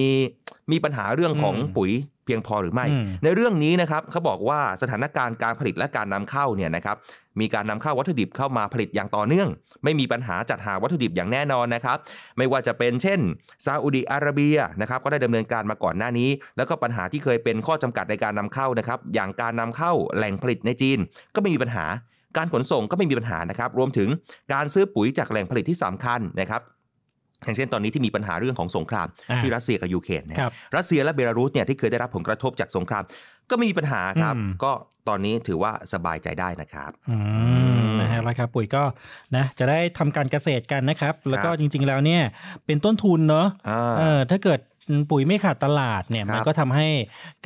E: มีปัญหาเรื่องของปุ๋ยเพียงพอหรือไม่
D: อืม
E: ในเรื่องนี้นะครับเขาบอกว่าสถานการณ์การผลิตและการนำเข้าเนี่ยนะครับมีการนำเข้าวัตถุดิบเข้ามาผลิตอย่างต่อเนื่อง ไม่มีปัญหาจัดหาวัตถุดิบอย่างแน่นอนนะครับ ไม่ว่าจะเป็นเช่นซาอุดีอาระเบียนะครับก็ได้ดำเนินการมาก่อนหน้านี้ แล้วก็ปัญหาที่เคยเป็นข้อจำกัดในการนำเข้านะครับ อย่างการนำเข้าแหล่งผลิตในจีน ก็ไม่มีปัญหา การขนส่งก็ไม่มีปัญหานะครับ รวมถึงการซื้อปุ๋ยจากแหล่งผลิตที่สำคัญนะครับ อย่างเช่นตอนนี้ที่มีปัญหาเรื่องของสงคราม
D: อ่า
E: ที่รัสเซียกับยูเครนเนี่ย
D: ครับ
E: รัสเซียและเบลารุสเนี่ยที่เคยได้รับผลกระทบจากสงคราม ก็ไม่มีปัญหาครับ
D: อืม
E: ก็ตอนนี้ถือว่าสบายใจได้นะครับ
D: อืมนะฮะราคาปุ๋ยก็นะจะได้ทำการเกษตรกันนะครับ แล้วก็จริงๆแล้วเนี่ยเป็นต้นทุนเนาะเออถ้าเกิดปุ๋ยไม่ขาดตลาดเนี่ย
E: ครับ
D: มันก็ทำให้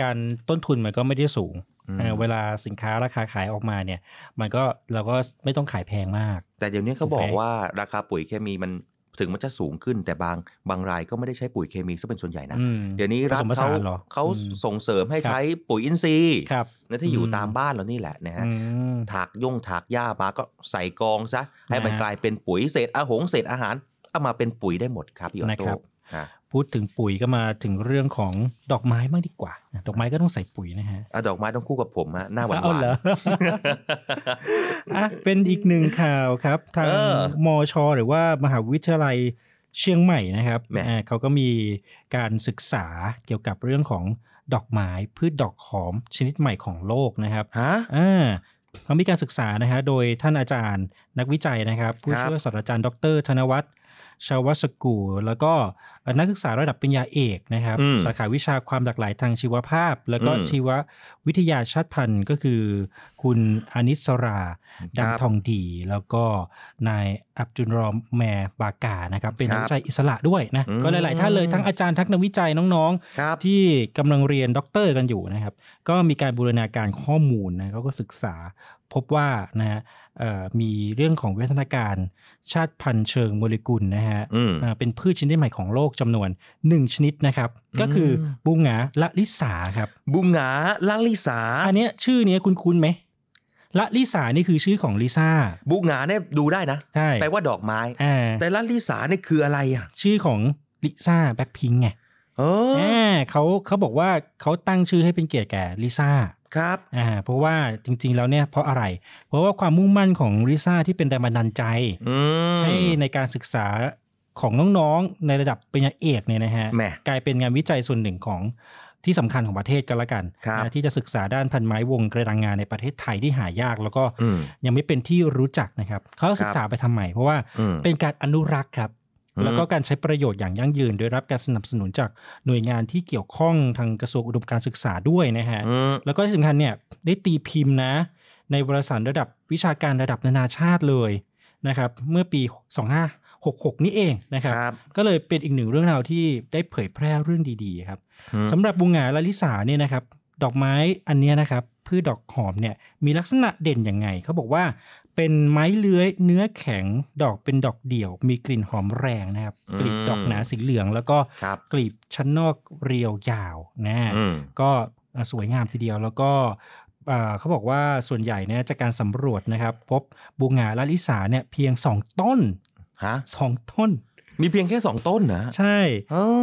D: การต้นทุนมันก็ไม่ได้สูง
E: อืม
D: เออเวลาสินค้าราคาขายออกมาเนี่ย มันก็เราก็ไม่ต้องขายแพงมาก
E: แต่เดี๋ยวนี้เขา
D: ถูกไหม
E: บอกว่าราคาปุ๋ยเคมีมันถึงมันจะสูงขึ้น แต่บางบางรายก็ไม่ได้ใช้ปุ๋ยเคมีซะเป็นส่วนใหญ่นะ
D: อืม
E: เดี๋ยวนี้
D: ผ
E: รั
D: ส
E: ฐ
D: มผสา
E: เขา
D: นหรอ
E: เขา
D: อืม
E: ส่งเสริมให้
D: ครับ
E: ใช้ปุ๋ยอินทรีย์
D: ครับ
E: นะที่อยู่
D: อืม
E: ตามบ้านเรานี่แหละนะฮะ
D: อืม
E: ถากย่งถากหญ้ามาก็ใส่กองซะ ให้มัน
D: นะฮะ
E: กลายเป็นปุ๋ยเศษอาหงเศษอาหาร เอามาเป็นปุ๋ยได้หมดครับพี่ออ
D: นะ
E: โต้
D: ครับ
E: อ่ะ
D: พูดถึงปุ๋ยก็มาถึงเรื่องของดอกไม้บ้างดีกว่านะดอกไม้ก็ต้องใส่ปุ๋ยนะฮะ
E: อ่ะดอกไม้ต้องคู่กับผมฮะหน้าหวาน
D: เอา
E: วาน
D: เหรอ อ่ะเป็นอีกหนึ่งข่าวครับ ทาง
E: เออ
D: มช หรือว่ามหาวิทยาลัยเชียงใหม่นะครับ
E: แหม่
D: อ่าเขาก็มีการศึกษาเกี่ยวกับเรื่องของดอกไม้พืชดอกหอมชนิดใหม่ของโลกนะครับ
E: ฮะ
D: อ่าเขามีการศึกษานะฮะโดยท่านอาจารย์นักวิจัยนะครับ ผู้
E: ครับ
D: ช่วยศาสตราจารย์ดร ธนวัฒน์ชาวสกูลแล้วก็นักศึกษาระดับปริญญาเอกนะครับ
E: อืม
D: สาขาวิชาความหลากหลายทางชีวภาพ แล้วก็
E: อืม
D: ชีววิทยาชาติพันธุ์ก็คือคุณอานิสรา
E: ครั
D: ดั
E: บ
D: งทองดี แล้วก็นายอับจุลรอมแมบากานะครับ เป็น
E: ครั
D: นัก
E: บ
D: วิจัยอิสระด้วยนะ
E: อืม
D: ก็หลาย ๆ ท่านเลยทั้งอาจารย์ทั้งนักวิจัยน้องๆ ที่กำลังเรียนด็อกเตอร์กันอยู่นะครับ ก็มีการบูรณาการข้อมูลนะเขาก็ศึกษาพบว่านะฮะเอ่อมีเรื่องของวิวัฒนาการชาติพันธุ์เชิงโมเลกุลนะฮะ
E: อืม
D: อ่าเป็นพืชชนิดใหม่ของโลกจำนวน 1 ชนิดนะครับ ก็คืออบุงหงาละลิสาครับ
E: บุงหงาละลิสา
D: อันเนี้ยชื่อเนี้ยคุ้นๆไหมละลิสานี่คือชื่อของลิซ่า
E: บุงหงาเนี่ยดูได้นะ
D: ใช่
E: แปลว่าดอกไม้
D: อ่า
E: แต่ละลิสาเนี่ยคืออะไรอ่ะ
D: ชื่อของลิซ่าแบ็คพิงไง
E: เอ
D: อเขาเขาบอกว่าเขาตั้งชื่อให้เป็นเกียรติแก่ลิซ่า
E: ครับ
D: อ่าเพราะว่าจริงๆแล้วเนี่ยเพราะอะไร เพราะว่าความมุ่งมั่นของลิซ่าที่เป็นแรงบันดาลใจ
E: ม
D: ให้ในการศึกษาของน้องๆ ในระดับปริญญาเอกเนี่ยนะฮะ
E: แหม่
D: กลายเป็นงานวิจัยส่วนหนึ่งของที่สำคัญของประเทศกันละกัน
E: ครับ
D: นะที่จะศึกษาด้านพันไม้วงกระดังงานในประเทศไทยที่หายาก แล้วก็
E: อืม
D: ยังไม่เป็นที่รู้จักนะครับเขาศึกษาไปทำไมเพราะว่า
E: อืม
D: เป็นการอนุรักษ์ครับ
E: อืม
D: แล้วก็การใช้ประโยชน์อย่างยั่งยืน โดยรับการสนับสนุนจากหน่วยงานที่เกี่ยวข้องทางกระทรวงอุดมการศึกษาด้วยนะฮะ แล้วก็ที่สำคัญเนี่ยได้ตีพิมพ์นะ ในวารสารระดับวิชาการระดับนานาชาติเลยนะครับ เมื่อปี 2566 นี่เองนะครับ ก็เลยเป็นอีกหนึ่งเรื่องราวที่ได้เผยแพร่เรื่องดีๆครับ
E: อืม
D: สำหรับบุงหงาลาลิสาเนี่ยนะครับ ดอกไม้อันเนี้ยนะครับพืชดอกหอมเนี่ยมีลักษณะเด่นยังไงเขาบอกว่า เป็นไม้เลื้อยเนื้อแข็งดอกเป็นดอกเดี่ยว มีกลิ่นหอมแรงนะครับ
E: อืม
D: กลีบดอกหนาสีเหลือง แล้วก็กลีบชั้นนอกเรียวยาวนะ
E: อืม
D: ก็สวยงามทีเดียวแล้วก็อ่าเขาบอกว่าส่วนใหญ่เนี่ยจากการสำรวจนะครับ พบบูงาลาลิสาเนี่ยเพียง 2 ต้นสองต้น
E: มีเพียงแค่ 2 ต้นนะ
D: ใช่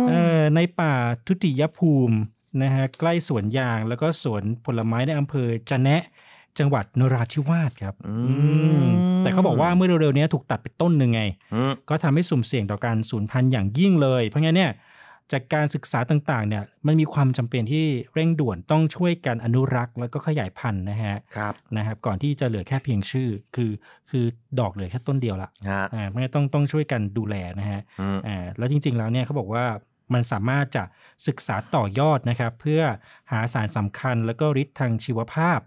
D: เอ่อในป่าทุติยภูมินะฮะใกล้สวนยางแล้วก็สวนผลไม้ในอำเภอจะแนะจังหวัดนราธิวาสครับอืมแต่เขาบอกว่าเมื่อเร็วๆเนี้ยถูกตัดไปต้นหนึ่งไง ก็ทำให้สุ่มเสี่ยงต่อการสูญพันธุ์อย่างยิ่งเลย เพราะงั้นเนี่ยจากการศึกษาต่างๆเนี่ยมันมีความจำเป็นที่เร่งด่วนต้องช่วยกันอนุรักษ์ แล้วก็ขยายพันธุ์นะฮะนะครับก่อนที่จะเหลือแค่เพียงชื่อ คือคือดอกเหลือแค่ต้นเดียวละ
E: ฮะ
D: อ่าเพราะฉะนั้นต้องต้องช่วยกันดูแลนะฮะ
E: อืม
D: อ่าแล้วจริงๆแล้วเนี่ยเขาบอกว่ามันสามารถจะศึกษาต่อยอดนะครับ เพื่อหาสารสำคัญแล้วก็ฤทธิ์ทางชีวภาพ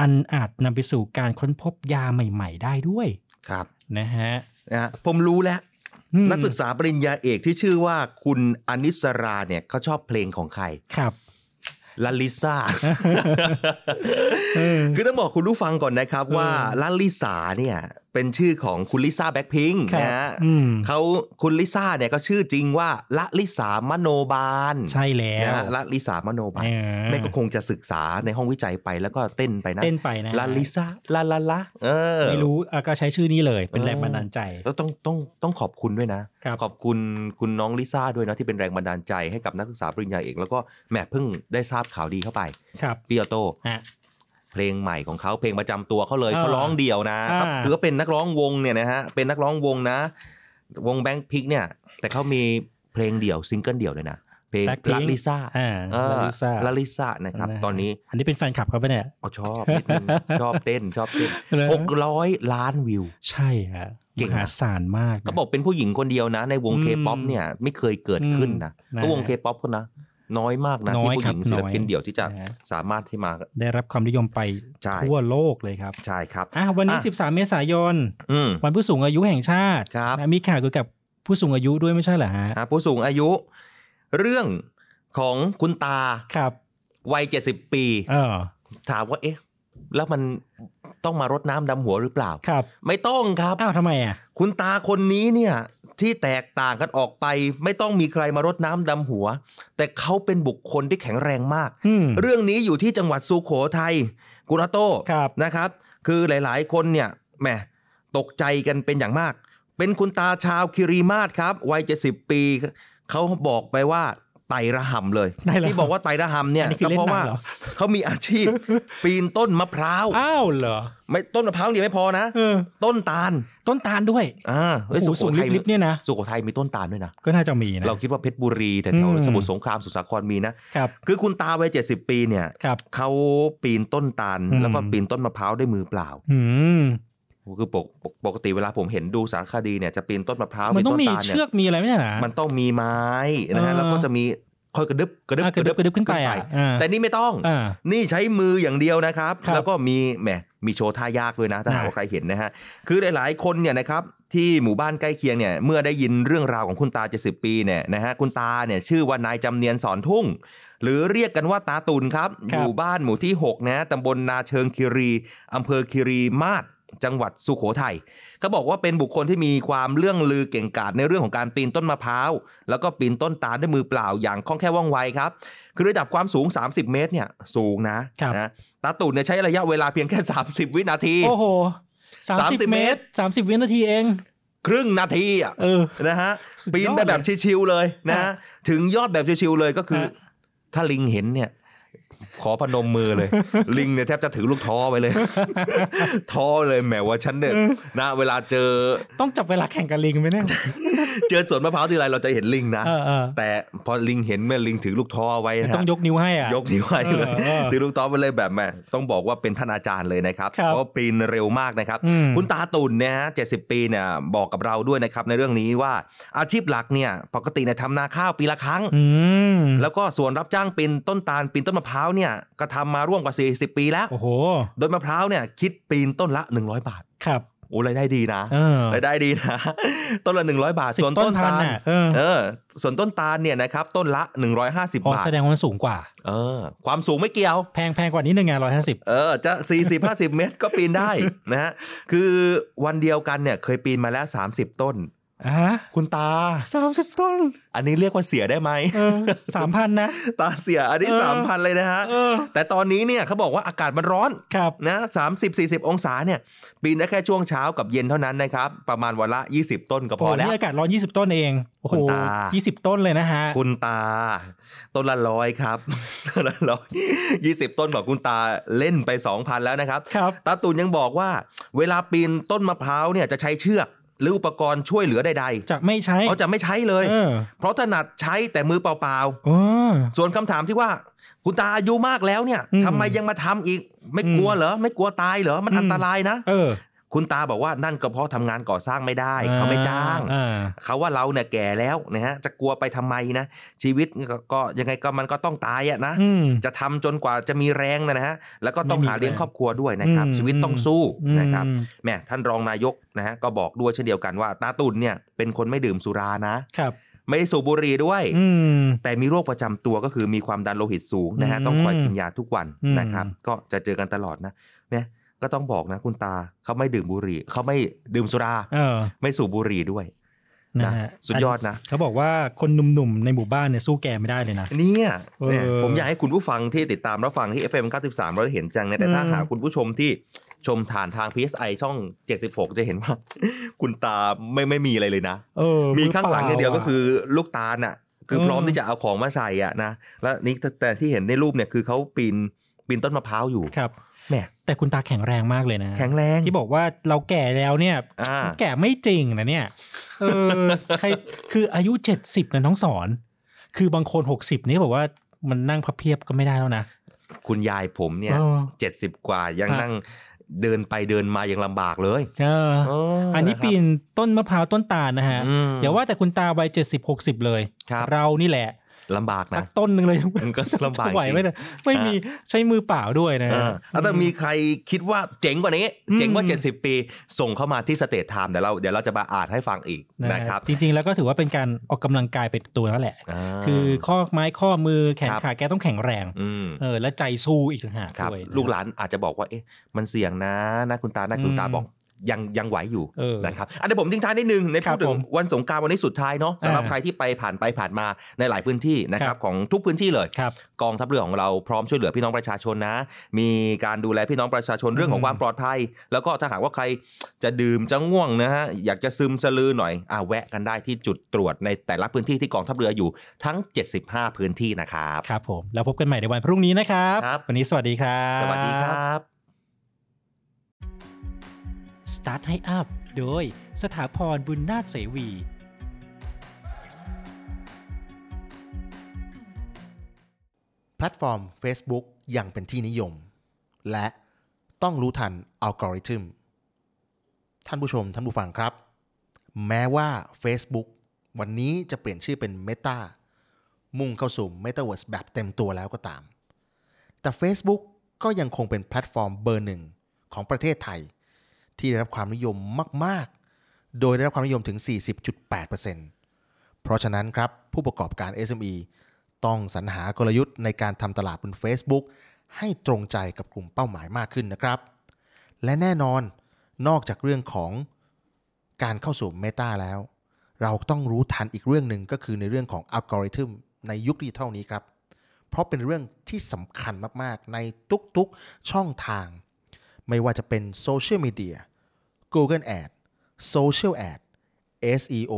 D: อันอาจนำไปสู่การค้นพบยาใหม่ๆ ได้ด้วย
E: ครับ
D: นะฮะ
E: นะฮะผมรู้แล้ว
D: อืม
E: นักศึกษาปริญญาเอกที่ชื่อว่าคุณอนิสราเนี่ยเขาชอบเพลงของใคร
D: ครับ
E: ลาลิซา คือต้องบอกคุณผู้ฟังก่อนนะครับว่าลาลิสาเนี่ยเป็นชื่อของคุณลิซ่าแบ็คพิงค์
D: ครับ
E: นะฮะ
D: อืม
E: เขาคุณลิซ่าเนี่ยก็ชื่อจริงว่าละลิสามโนบาล
D: ใช่แล้ว
E: นะฮะละลิสามโนบาล
D: เออ
E: แม่ก็คงจะศึกษาในห้องวิจัยไปแล้วก็เต้นไปนะ
D: เต้นไปนะ
E: ลาลิซาลาลาลาเออ
D: ไม่รู้อ่ะก็ใช้ชื่อนี้เลยเป็นแรงบันดาลใจ
E: แล้วต้องต้องต้องขอบคุณด้วยนะ ขอบคุณคุณน้องลิซ่าด้วยนะที่เป็นแรงบันดาลใจให้กับนักศึกษาปริญญาเอกแล้วก็แหมเพิ่งได้ทราบข่าวดีเข้าไป
D: ครับ
E: พี่ออโต้เพลงใหม่ของเขาเพลงประจำตัวเขาเลย
D: อ่า
E: เขาร้องเดี่ยวนะ
D: อ่า
E: ครับถือว่าเป็นนักร้องวงเนี่ยนะฮะเป็นนักร้องวงนะ วงแบงค์พิกเนี่ย แต่เขามีเพลงเดี่ยวซิงเกิลเดี่ยวเลยนะเพลง
D: Blackpink
E: ลาลิซ่า
D: อ่า
E: เออ
D: ลาลิซ่า
E: ลาลิซ่านะครับ ตอนนี้
D: อันนี้เป็นแฟนคลับเขาปะเนี่ย
E: อ๋อชอบนิด นึง ชอบเต้นชอบเต้น
D: เหรอ
E: หกร้อยล้านวิว
D: ใช่ฮะ
E: เก่
D: ม
E: งนะ
D: หาศาลมาก
E: เขาบอกเป็นผู้หญิงคนเดียวนะ ในวง
D: อืม
E: เคป๊อปเนี่ยไม่เคยเกิดขึ้นนะ
D: อืม
E: เพราะวงเคป๊อปคนนะ น้อยมากนะ
D: น้
E: ที่
D: อย
E: ผู้
D: ค
E: ห
D: รับ
E: ญิงศิลปิน
D: น้อย
E: เดี่ยวที่จะสามารถที่มา
D: ได้รับความนิยมไป
E: ใช่
D: ทั่วโลกเลยครับ
E: ใช่ครับ
D: อ่ะวันนี้
E: อ่ะ
D: 13 เมษายน
E: อืม
D: วันผู้สูงอายุแห่งชาตินะมีข่าวเกี่ยวกับผู้สูงอายุด้วยไม่ใช่เหรอฮะ
E: ครับผู้สูงอายุเรื่องของคุณตา
D: ครับ
E: วัยเจ็ดสิบปีถามว่าเอ๊ะ แล้วมันต้องมารดน้ำดำหัวหรือเปล่า
D: ครับ
E: ไม่ต้องครับ
D: อ้าวทำไมอ่ะ
E: คุณตาคนนี้เนี่ย ที่แตกต่างกันออกไป ไม่ต้องมีใครมารดน้ำดำหัว แต่เขาเป็นบุคคลที่แข็งแรงมาก
D: อืม
E: เรื่องนี้อยู่ที่จังหวัดสุโขทัยคุณอาโต้นะครับ คือหลายๆ คนเนี่ยแหมตกใจกันเป็นอย่างมาก เป็นคุณตาชาวคิริมาศครับวัยเจ็ดสิบปี เขาบอกไปว่าไต่ระหำเลย
D: ไต่ระหำ
E: ที่บอกว่าไต่ระหำเนี่ย
D: อันนี้คื
E: ก็
D: อเล่น
E: เพราะ
D: หนัง
E: ว่า
D: เหรอ
E: เขามีอา ชีพ ปีนต้นมะพร้าว
D: อ้าวเหรอ
E: ไม่ต้นมะพร้าวเดียวไม่พอนะต้นตาล
D: ต้นตาลด้วย
E: อ่าเฮ้ย
D: โอ้โห
E: สุโขทัย
D: สูงลิบๆเนี่ยนะ
E: สุโขทัยมีต้นตาลด้วยนะ
D: ก็น่าจะมีนะ
E: เราคิดว่าเพชรบุรีแต่แถว
D: อืม
E: สมุทรสงครามสุสาครมีนะ
D: ครับ
E: คือคุณตาวัยเจ็ดสิบปีเนี่ยเขาปีนต้นตาล
D: อืม
E: แล้วก็ปีนต้นมะพร้าวด้วยมือเปล่า
D: อืม
E: คือปกปกปกติเวลาผมเห็นดูสารคดีเนี่ยจะปีนต้นมะพร้าว
D: มันต้อง
E: ปี
D: มี
E: ต้ตาลนี่ย
D: เชือกมีอะไรไม่ใช่เหรอ
E: มันต้องมีไม้นะฮะ
D: เออ
E: แล้วก็จะมีค่อยกระดึบกระดึบ
D: อ่ะกระดึบกระดึบขึ้นไปอ่ะอ่า
E: แต่นี่ไม่ต้อง
D: อ่า
E: นี่ใช้มืออย่างเดียวนะครับ แล้วก็มีแหมมีโชว์ท่ายากด้วยนะถ้าหากว่าใครเห็นนะฮะคือหลาย ๆ คนเนี่ยนะครับที่หมู่บ้านใกล้เคียงเนี่ยเมื่อได้ยินเรื่องราวของคุณตา 70 ปีเนี่ยนะฮะคุณตาเนี่ยชื่อว่านายจำเนียนสอนทุ่ง หรือเรียกกันว่าตาตุนครับ
D: ค
E: อ
D: รับ
E: ยู่บ้านหมู่ที่6นะตำบลนาเชิงคีรีอำเภอคีรีมาศจังหวัดสุโขทัยเขาบอกว่าเป็นบุคคลที่มีความเรื่องลือเก่งกาจในเรื่องของการปีนต้นมะพร้าวแล้วก็ปีนต้นตาลด้วยมือเปล่าอย่างคล่องแคล่วว่องไวครับ คือระดับความสูง 30 เมตรเนี่ยสูงนะนะตาตุ่นเนี่ยใช้ระยะเวลาเพียงแค่ 30 วินาที
D: โอ้โหสามสิบ
E: 30
D: เมตรสามสิบวินาทีเอง
E: ครึ่งนาทีอ่ะ
D: เออ
E: นะฮะ
D: สุดยอด
E: ปีนไปแบบชิวๆเลยนะฮะ
D: ฮะ
E: ถึงยอดแบบชิวๆเลยก็คือ ถ้าลิงเห็นเนี่ย ขอพนมมือเลย ลิงเนี่ยแทบจะถือลูกท้อไปเลย ท้อเลยแหมว่าฉันเนี่ยนะเวลาเจอ
D: ต้องจับเวลาแข่งกับลิงไหมเนี่ย
E: เจอสวนมะพร้าวทีไรเราจะเห็นลิงนะ
D: เออเออ
E: แต่พอลิงเห็นเมื่อลิงถือลูกท้อไว้นะฮะ
D: ต้องยกนิ้วให้อ่ะ
E: ยกนิ้วให้เลย
D: เออเออ
E: ถือลูกต๋อไปเลยแบบแม่ต้องบอกว่าเป็นท่านอาจารย์เลยนะครับ
D: ครับ
E: เพราะว่าปีนเร็วมากนะครับ
D: อืม
E: คุณตาตุ่นเนี่ยฮะเจ็ดสิบปีเนี่ยบอกกับเราด้วยนะครับ ในเรื่องนี้ว่าอาชีพหลักเนี่ยปกติเนี่ยทำนาข้าวปีละครั้ง
D: อืม
E: แล้วก็ส่วนรับจ้างปีนต้นตาลปีนต้นมะพร้าวเนี่ยก็ทำมาร่วมกว่า 40 ปีแล้ว
D: โอ้โห
E: โดยมะพร้าวเนี่ยคิดปีนต้นละ 100 บาท
D: ครับ
E: โอ้รายได้ดีนะ
D: เออ
E: รายได้ดีนะ ต้นละ 100 บาท
D: สิบ
E: ส่วน
D: ต้
E: ต้
D: น
E: น
D: พัน
E: ตาล
D: น่ะเออ
E: เออ ส่วนต้นตาลเนี่ยนะครับ ต้นละ
D: อ๋อบ
E: 150าท
D: แสดงว่ามันสูงกว่า
E: เออ ความสูงไม่เกี่ยว
D: แพงแพงกว่านี้หนึ่งไงร้อยห้าสิบ
E: เออ จะ 40 50 เมตรก็ปีนได้ นะฮะคือวันเดียวกันเนี่ยเคยปีนมาแล้ว 30 ต้น คุณตา
D: สามสิบต้น
E: อันนี้เรียกว่าเสียได้ไหม
D: สามพันนะ
E: ตาเสียอันนี้
D: เออ
E: สามพันเลยนะฮะแต่ตอนนี้เนี่ยเขาบอกว่าอากาศมันร้อนนะสามสิบสี่สิบองศาเนี่ยปีนได้แค่ช่วงเช้ากับเย็นเท่านั้นนะครับ ประมาณวันละ 20 ต้นก็พอแล้ว
D: โโหนี่อากาศร้อนยี่สิบต้นเอง โอ้โห
E: คุณตา
D: ยี่สิบต้นเลยนะฮะ
E: คุณตา ต้นละร้อยครับ ต้นละร้อยยี่สิบต้นของคุณตาเล่นไป 2,000 แล้วนะครับ ตาตุนยังบอกว่า เวลาปีนต้นมะพร้าวเนี่ยจะใช้เชือกหรืออุปกรณ์ช่วยเหลือใดๆ
D: จะไม่ใช้
E: เขาจะไม่ใช้เลย
D: เออ
E: เพราะถนัดใช้แต่มือเปล่า
D: ออ
E: ๆ ส่วนคำถามที่ว่า คุณตาอายุมากแล้วเนี่ยทำไมยังมาทำอีก ไม่กลัวเหรอ ไม่กลัวตายเหรอ มันอันตรายนะคุณตาบอกว่านั่นก็เพราะทำงานก่อสร้างไม่ได้ เขาไม่จ้าง
D: อ่า
E: เขาว่าเราเนี่ยแก่แล้วนะฮะจะกลัวไปทำไมนะ ชีวิตก็ก็ยังไงก็มันก็ต้องตายอะนะ
D: อืม
E: จะทำจนกว่าจะมีแรงนะฮะแล้วก็ต้องหาเลี้ยงครอบครัวด้วยนะครับ
D: อืม
E: ชีวิตต้องสู้
D: อืม
E: นะครับแหม่ท่านรองนายกนะฮะก็บอกด้วยเช่นเดียวกันว่า ตาตุนเนี่ยเป็นคนไม่ดื่มสุรานะ
D: ครับ
E: ไม่สูบบุหรี่ด้วย
D: อืม
E: แต่มีโรคประจำตัวก็คือมีความดันโลหิตสูงนะฮะ
D: อืม
E: ต้องคอยกินยาทุกวัน
D: อืม
E: นะครับ ก็จะเจอกันตลอดนะแหม่ก็ต้องบอกนะคุณตาเขาไม่ดื่มบุหรี่เขาไม่ดื่มสุรา
D: เออ
E: ไม่สูบบุหรี่ด้วย
D: นะฮะ
E: สุดยอดนะ
D: เขาบอกว่าคนหนุ่มๆ ในหมู่บ้านเนี่ยสู้แกไม่ได้เลยนะ
E: เนี่ย
D: เออ
E: เนี่ยผมอยากให้คุณผู้ฟังที่ติดตามรับฟังที่ FM 93เราได้เห็นจังเนี่ยแต่ถ้า
D: อืม
E: หากคุณผู้ชมที่ชมฐานทาง PSI ช่อง 76 จะเห็นว่า คุณตาไม่ไม่มีอะไรเลยนะ
D: เออ
E: มีข้างหลังอย่างเดียว
D: มื
E: ก็
D: ปล่ะ
E: คือลูกตาลน่ะ คือ
D: เออ
E: พร้อมที่จะเอาของมาใส่อ่ะนะแล้วนี่แต่แต่ที่เห็นในรูปเนี่ยคือเขาปีนปีนต้นมะพร้าวอยู่
D: ครับ
E: แหม
D: แต่คุณตาแข็งแรงมากเลยนะ
E: แข็งแรง
D: ที่บอกว่าเราแก่แล้วเนี่ย
E: อ่า
D: แก่ไม่จริงนะเนี่ย เออ ใคร คืออายุเจ็ดสิบนะน้องสอน คือบางคนหกสิบนี่บอกว่ามันนั่งพับเพียบก็ไม่ได้แล้วนะ
E: คุณยายผมเนี่ย
D: เออ
E: เจ็ดสิบกว่ายัง
D: ฮะ
E: นั่งเดินไปเดินมายังลำบากเลย
D: เออ
E: เอออั
D: อันนี้ปีนต้นมะพร้าวต้นตาลนะฮะ
E: อืม
D: อย่าว่าแต่คุณตาวัยเจ็ดสิบหกสิบเลย เรานี่แหละ
E: ลำบากนะ
D: สักต้นหนึ่งเลย
E: มัน ก็ลำบาก
D: จะไหวไหม
E: จริง
D: เนี่ยไม่มีใช้มือเปล่าด้วยนะ
E: เอ
D: ฮะ
E: อแล้วถ้ามีใครคิดว่าเจ๋งกว่านี้ เจ๋งกว่า
D: อืม
E: 70 ปี ส่งเข้ามาที่สเตทไทม์เดี๋ยวเราเดี๋ยวเราจะมาอ่านให้ฟังอีกนะครับ
D: จริงๆ แล้วก็ถือว่าเป็นการออกกำลังกายเป็นตัวแล้วแหละ คือข้อไม้ข้อมือแขน
E: ครับ
D: ขาแกต้องแข็งแรง
E: อืม
D: เออและใจสู้อีกต่างหาก
E: ครับ
D: ด้วย
E: ลูกหลานอาจจะบอกว่าเอ๊ะมันเสี่ยงนะนะคุณตานะคุณตา
D: อืม
E: บอกยังยังไหวอยู่
D: เออ
E: นะครับอันนี้ผมทิ้งท้ายนิดนึงในพูดถึงวันสงกรารวันนี้สุดท้ายเนาะสำหรับใครที่ไปผ่านไปผ่านมาในหลายพื้นที่นะครับของทุกพื้นที่เลยกองทัพเรือของเราพร้อมช่วยเหลือพี่น้องประชาชนนะ มีการดูแลพี่น้องประชาชนเรื่องของความปลอดภัย แล้วก็ถ้าหากว่าใครจะดื่มจะง่วงนะฮะอยากจะซึมสลือหน่อยอ่ะแวะกันได้ที่จุดตรวจในแต่ละพื้นที่ที่กองทัพเรืออยู่ทั้ง 75 พื้นที่นะครับ
D: ครับผม แล้วพบกันใหม่ในวันพรุ่งนี้นะครับ วันนี้สวัสดีครับ
E: สวัสดีครับ
D: Start ให้อัพโดยสถาพรบุญนาถเสวี
A: แพลตฟอร์ม Facebook ยังเป็นที่นิยม และต้องรู้ทันอัลกอริทึมท่านผู้ชมท่านผู้ฟังครับ แม้ว่า Facebook วันนี้จะเปลี่ยนชื่อเป็น Meta มุ่งเข้าสู่ Metaverse แบบเต็มตัวแล้วก็ตาม แต่ Facebook ก็ยังคงเป็นแพลตฟอร์มเบอร์หนึ่งของประเทศไทย ที่ได้รับความนิยมมาก ๆ โดยได้รับความนิยมถึง 40.8% เพราะฉะนั้นครับ ผู้ประกอบการ SME ต้องสรรหากลยุทธ์ในการทำตลาดบน Facebook ให้ตรงใจกับกลุ่มเป้าหมายมากขึ้นนะครับ และแน่นอนนอกจากเรื่องของการเข้าสู่ Meta แล้ว เราต้องรู้ทันอีกเรื่องหนึ่งก็คือในเรื่องของอัลกอริทึมในยุคดิจิทัลนี้ครับ เพราะเป็นเรื่องที่สำคัญมาก ๆ ในทุก ๆ ช่องทาง ไม่ว่าจะเป็นโซเชียลมีเดีย Google Ad Social Ad SEO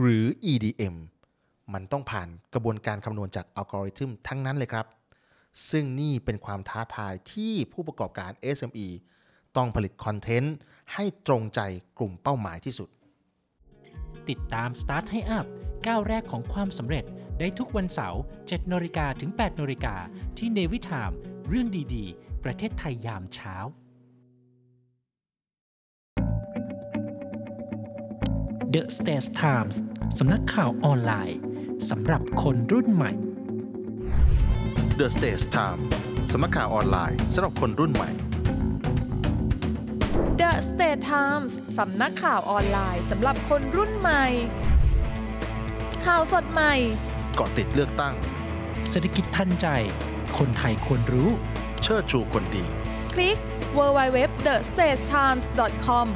A: หรือ EDM มันต้องผ่านกระบวนการคำนวณจากอัลกอริทึมทั้งนั้นเลยครับ ซึ่งนี่เป็นความท้าทายที่ผู้ประกอบการ SME ต้องผลิตคอนเทนต์ให้ตรงใจกลุ่มเป้าหมายที่สุด
D: ติดตาม Start ให้อัพก้าวแรกของความสำเร็จได้ทุกวันเสาร์7นาฬิกาถึง8นาฬิกาที่เนวิทามเรื่องดีๆ ประเทศไทยยามเช้า The States Times สำนักข่าวออนไลน์สำหรับคนรุ่นใหม่
A: The Stage Time สำนักข่าวออนไลน์สำหรับคนรุ่นใหม่
L: The State Times สำนักข่าวออนไลน์สำหรับคนรุ่นใหม่ ข่าวสดใหม่
A: เกาะติดเลือกตั้ง
N: เศรษฐกิจทันใจ คนไทยควรรู้
A: เชิดชูคนดี
L: คลิก www the stage times com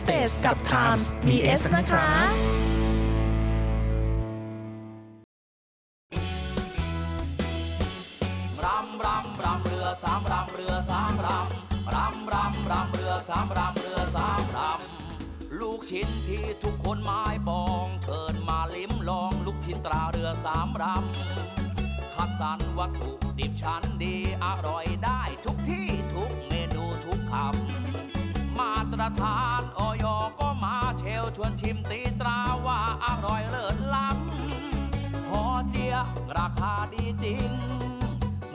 L: stage กับ times มี s นะคะ
O: รำรำรำเรือสามรำเรือสามรำรำรำรำเรือสามรำเรือสามรำลูกชิ้นที่ทุกคนหมายปองเชิญมาลิ้มลองลูกชิ้นตราเรือสามรำคัดสรรวัตถุดิบชั้นดีอร่อยได้ทุกที่ทุกเมนูทุกคำมาตรฐานออยก็มาเชลชวนชิมตีตราว่าอร่อยเลิศล้ำหอเจียราคาดีจริง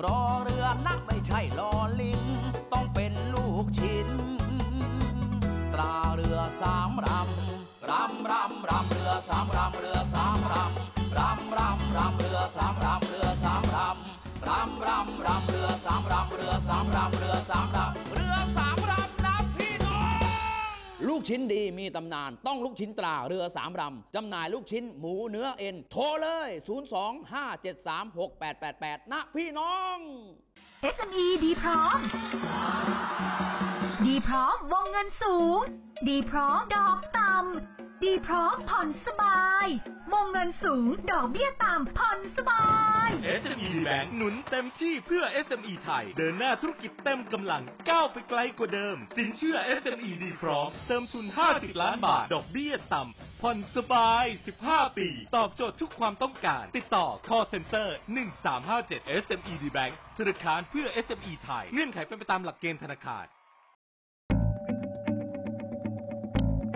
O: รอเรือนะไม่ใช่ลอลิง ต้องเป็นลูกชิ้น ตราเรือสามรำรำรำรำเรือสามรำเรือสามรำรำรำรำเรือสามรำเรือสามรำรำรำรำเรือสามรำเรือสามรำเรือสามรำเรือสามรำนะพี่น้อง ลูกชิ้นดีมีตำนานต้องลูกชิ้นตราเรือสามรำจำหน่ายลูกชิ้นหมูเนื้อเอ็น โทรเลย 025736888 นะพี่น้อง
J: SME ดีพร้อม ดีพร้อมวงเงินสูง ดีพร้อมดอกต่ำ ดีพร้อมผ่อนสบาย วงเงินสูงดอกเบี้ยต่ำผ่อนสบาย
K: SME Bank หนุนเต็มที่เพื่อ SME ไทย เดินหน้าธุรกิจเต็มกำลังก้าวไปไกลกว่าเดิม สินเชื่อ SME ดีพร้อมเติมทุน 50 ล้านบาท ดอกเบี้ยต่ำผ่อนสบาย 15 ปี ตอบโจทย์ทุกความต้องการ ติดต่อ call center 1357 SME ดีแบงค์ธนาคารเพื่อ SME ไทย เงื่อนไขเป็นไปตามหลักเกณฑ์ธนาคาร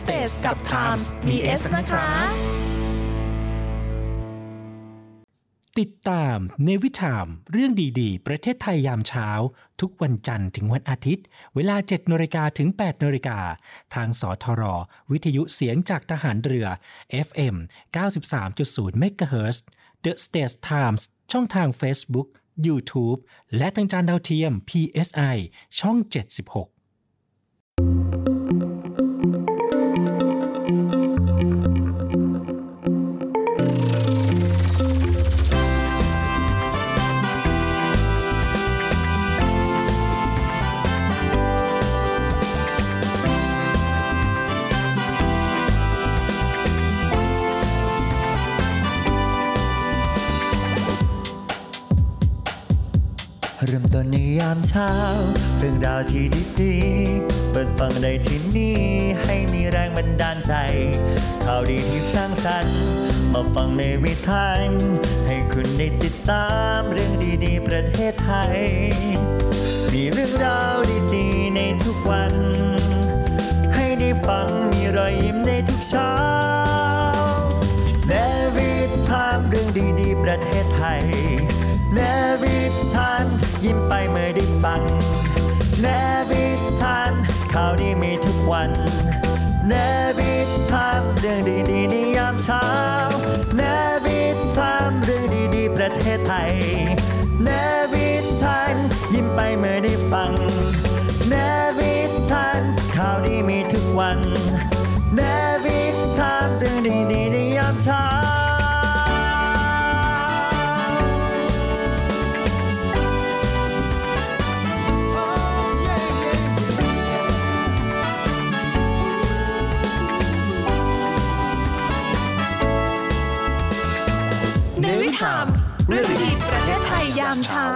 L: stage กับ times มี s นะคะ
N: ติดตามเนวิชามเรื่องดีๆ ประเทศไทยยามเช้า ทุกวันจันทร์ถึงวันอาทิตย์ เวลา 7นาฬิกาถึง8นาฬิกาทางสทร วิทยุเสียงจากทหารเรือ FM 93.0 MHz The States Times ช่องทาง Facebook YouTube และทางจานดาวเทียม PSI ช่อง 76
B: เริ่มต้นในยามเช้า เรื่องราวที่ดีๆ เปิดฟังได้ที่นี่ ให้มีแรงบันดาลใจ ข่าวดีที่สร้างสรรค์ มาฟังในวิถีให้คุณได้ติดตามเรื่องดีๆ ประเทศไทย มีเรื่องราวดีๆ ในทุกวัน ให้ได้ฟังมีรอยยิ้มในทุกเช้า เนวิทามเรื่องดีๆ ประเทศไทย เนวิทามยิ้มไปเมื่อได้ฟัง เนวิทามข่าวดีมีทุกวัน เนวิทามเรื่องดีๆในยามเช้า เนวิทามเรื่องดีๆ ประเทศไทย เนวิทามยิ้มไปเมื่อได้ฟัง เนวิทามข่าวดีมีทุกวัน เนวิทามเรื่องดีๆในยาม
A: เนวิ
B: เช้า
A: ชาม
L: เรื่องดีๆประเทศไทยยามเช้า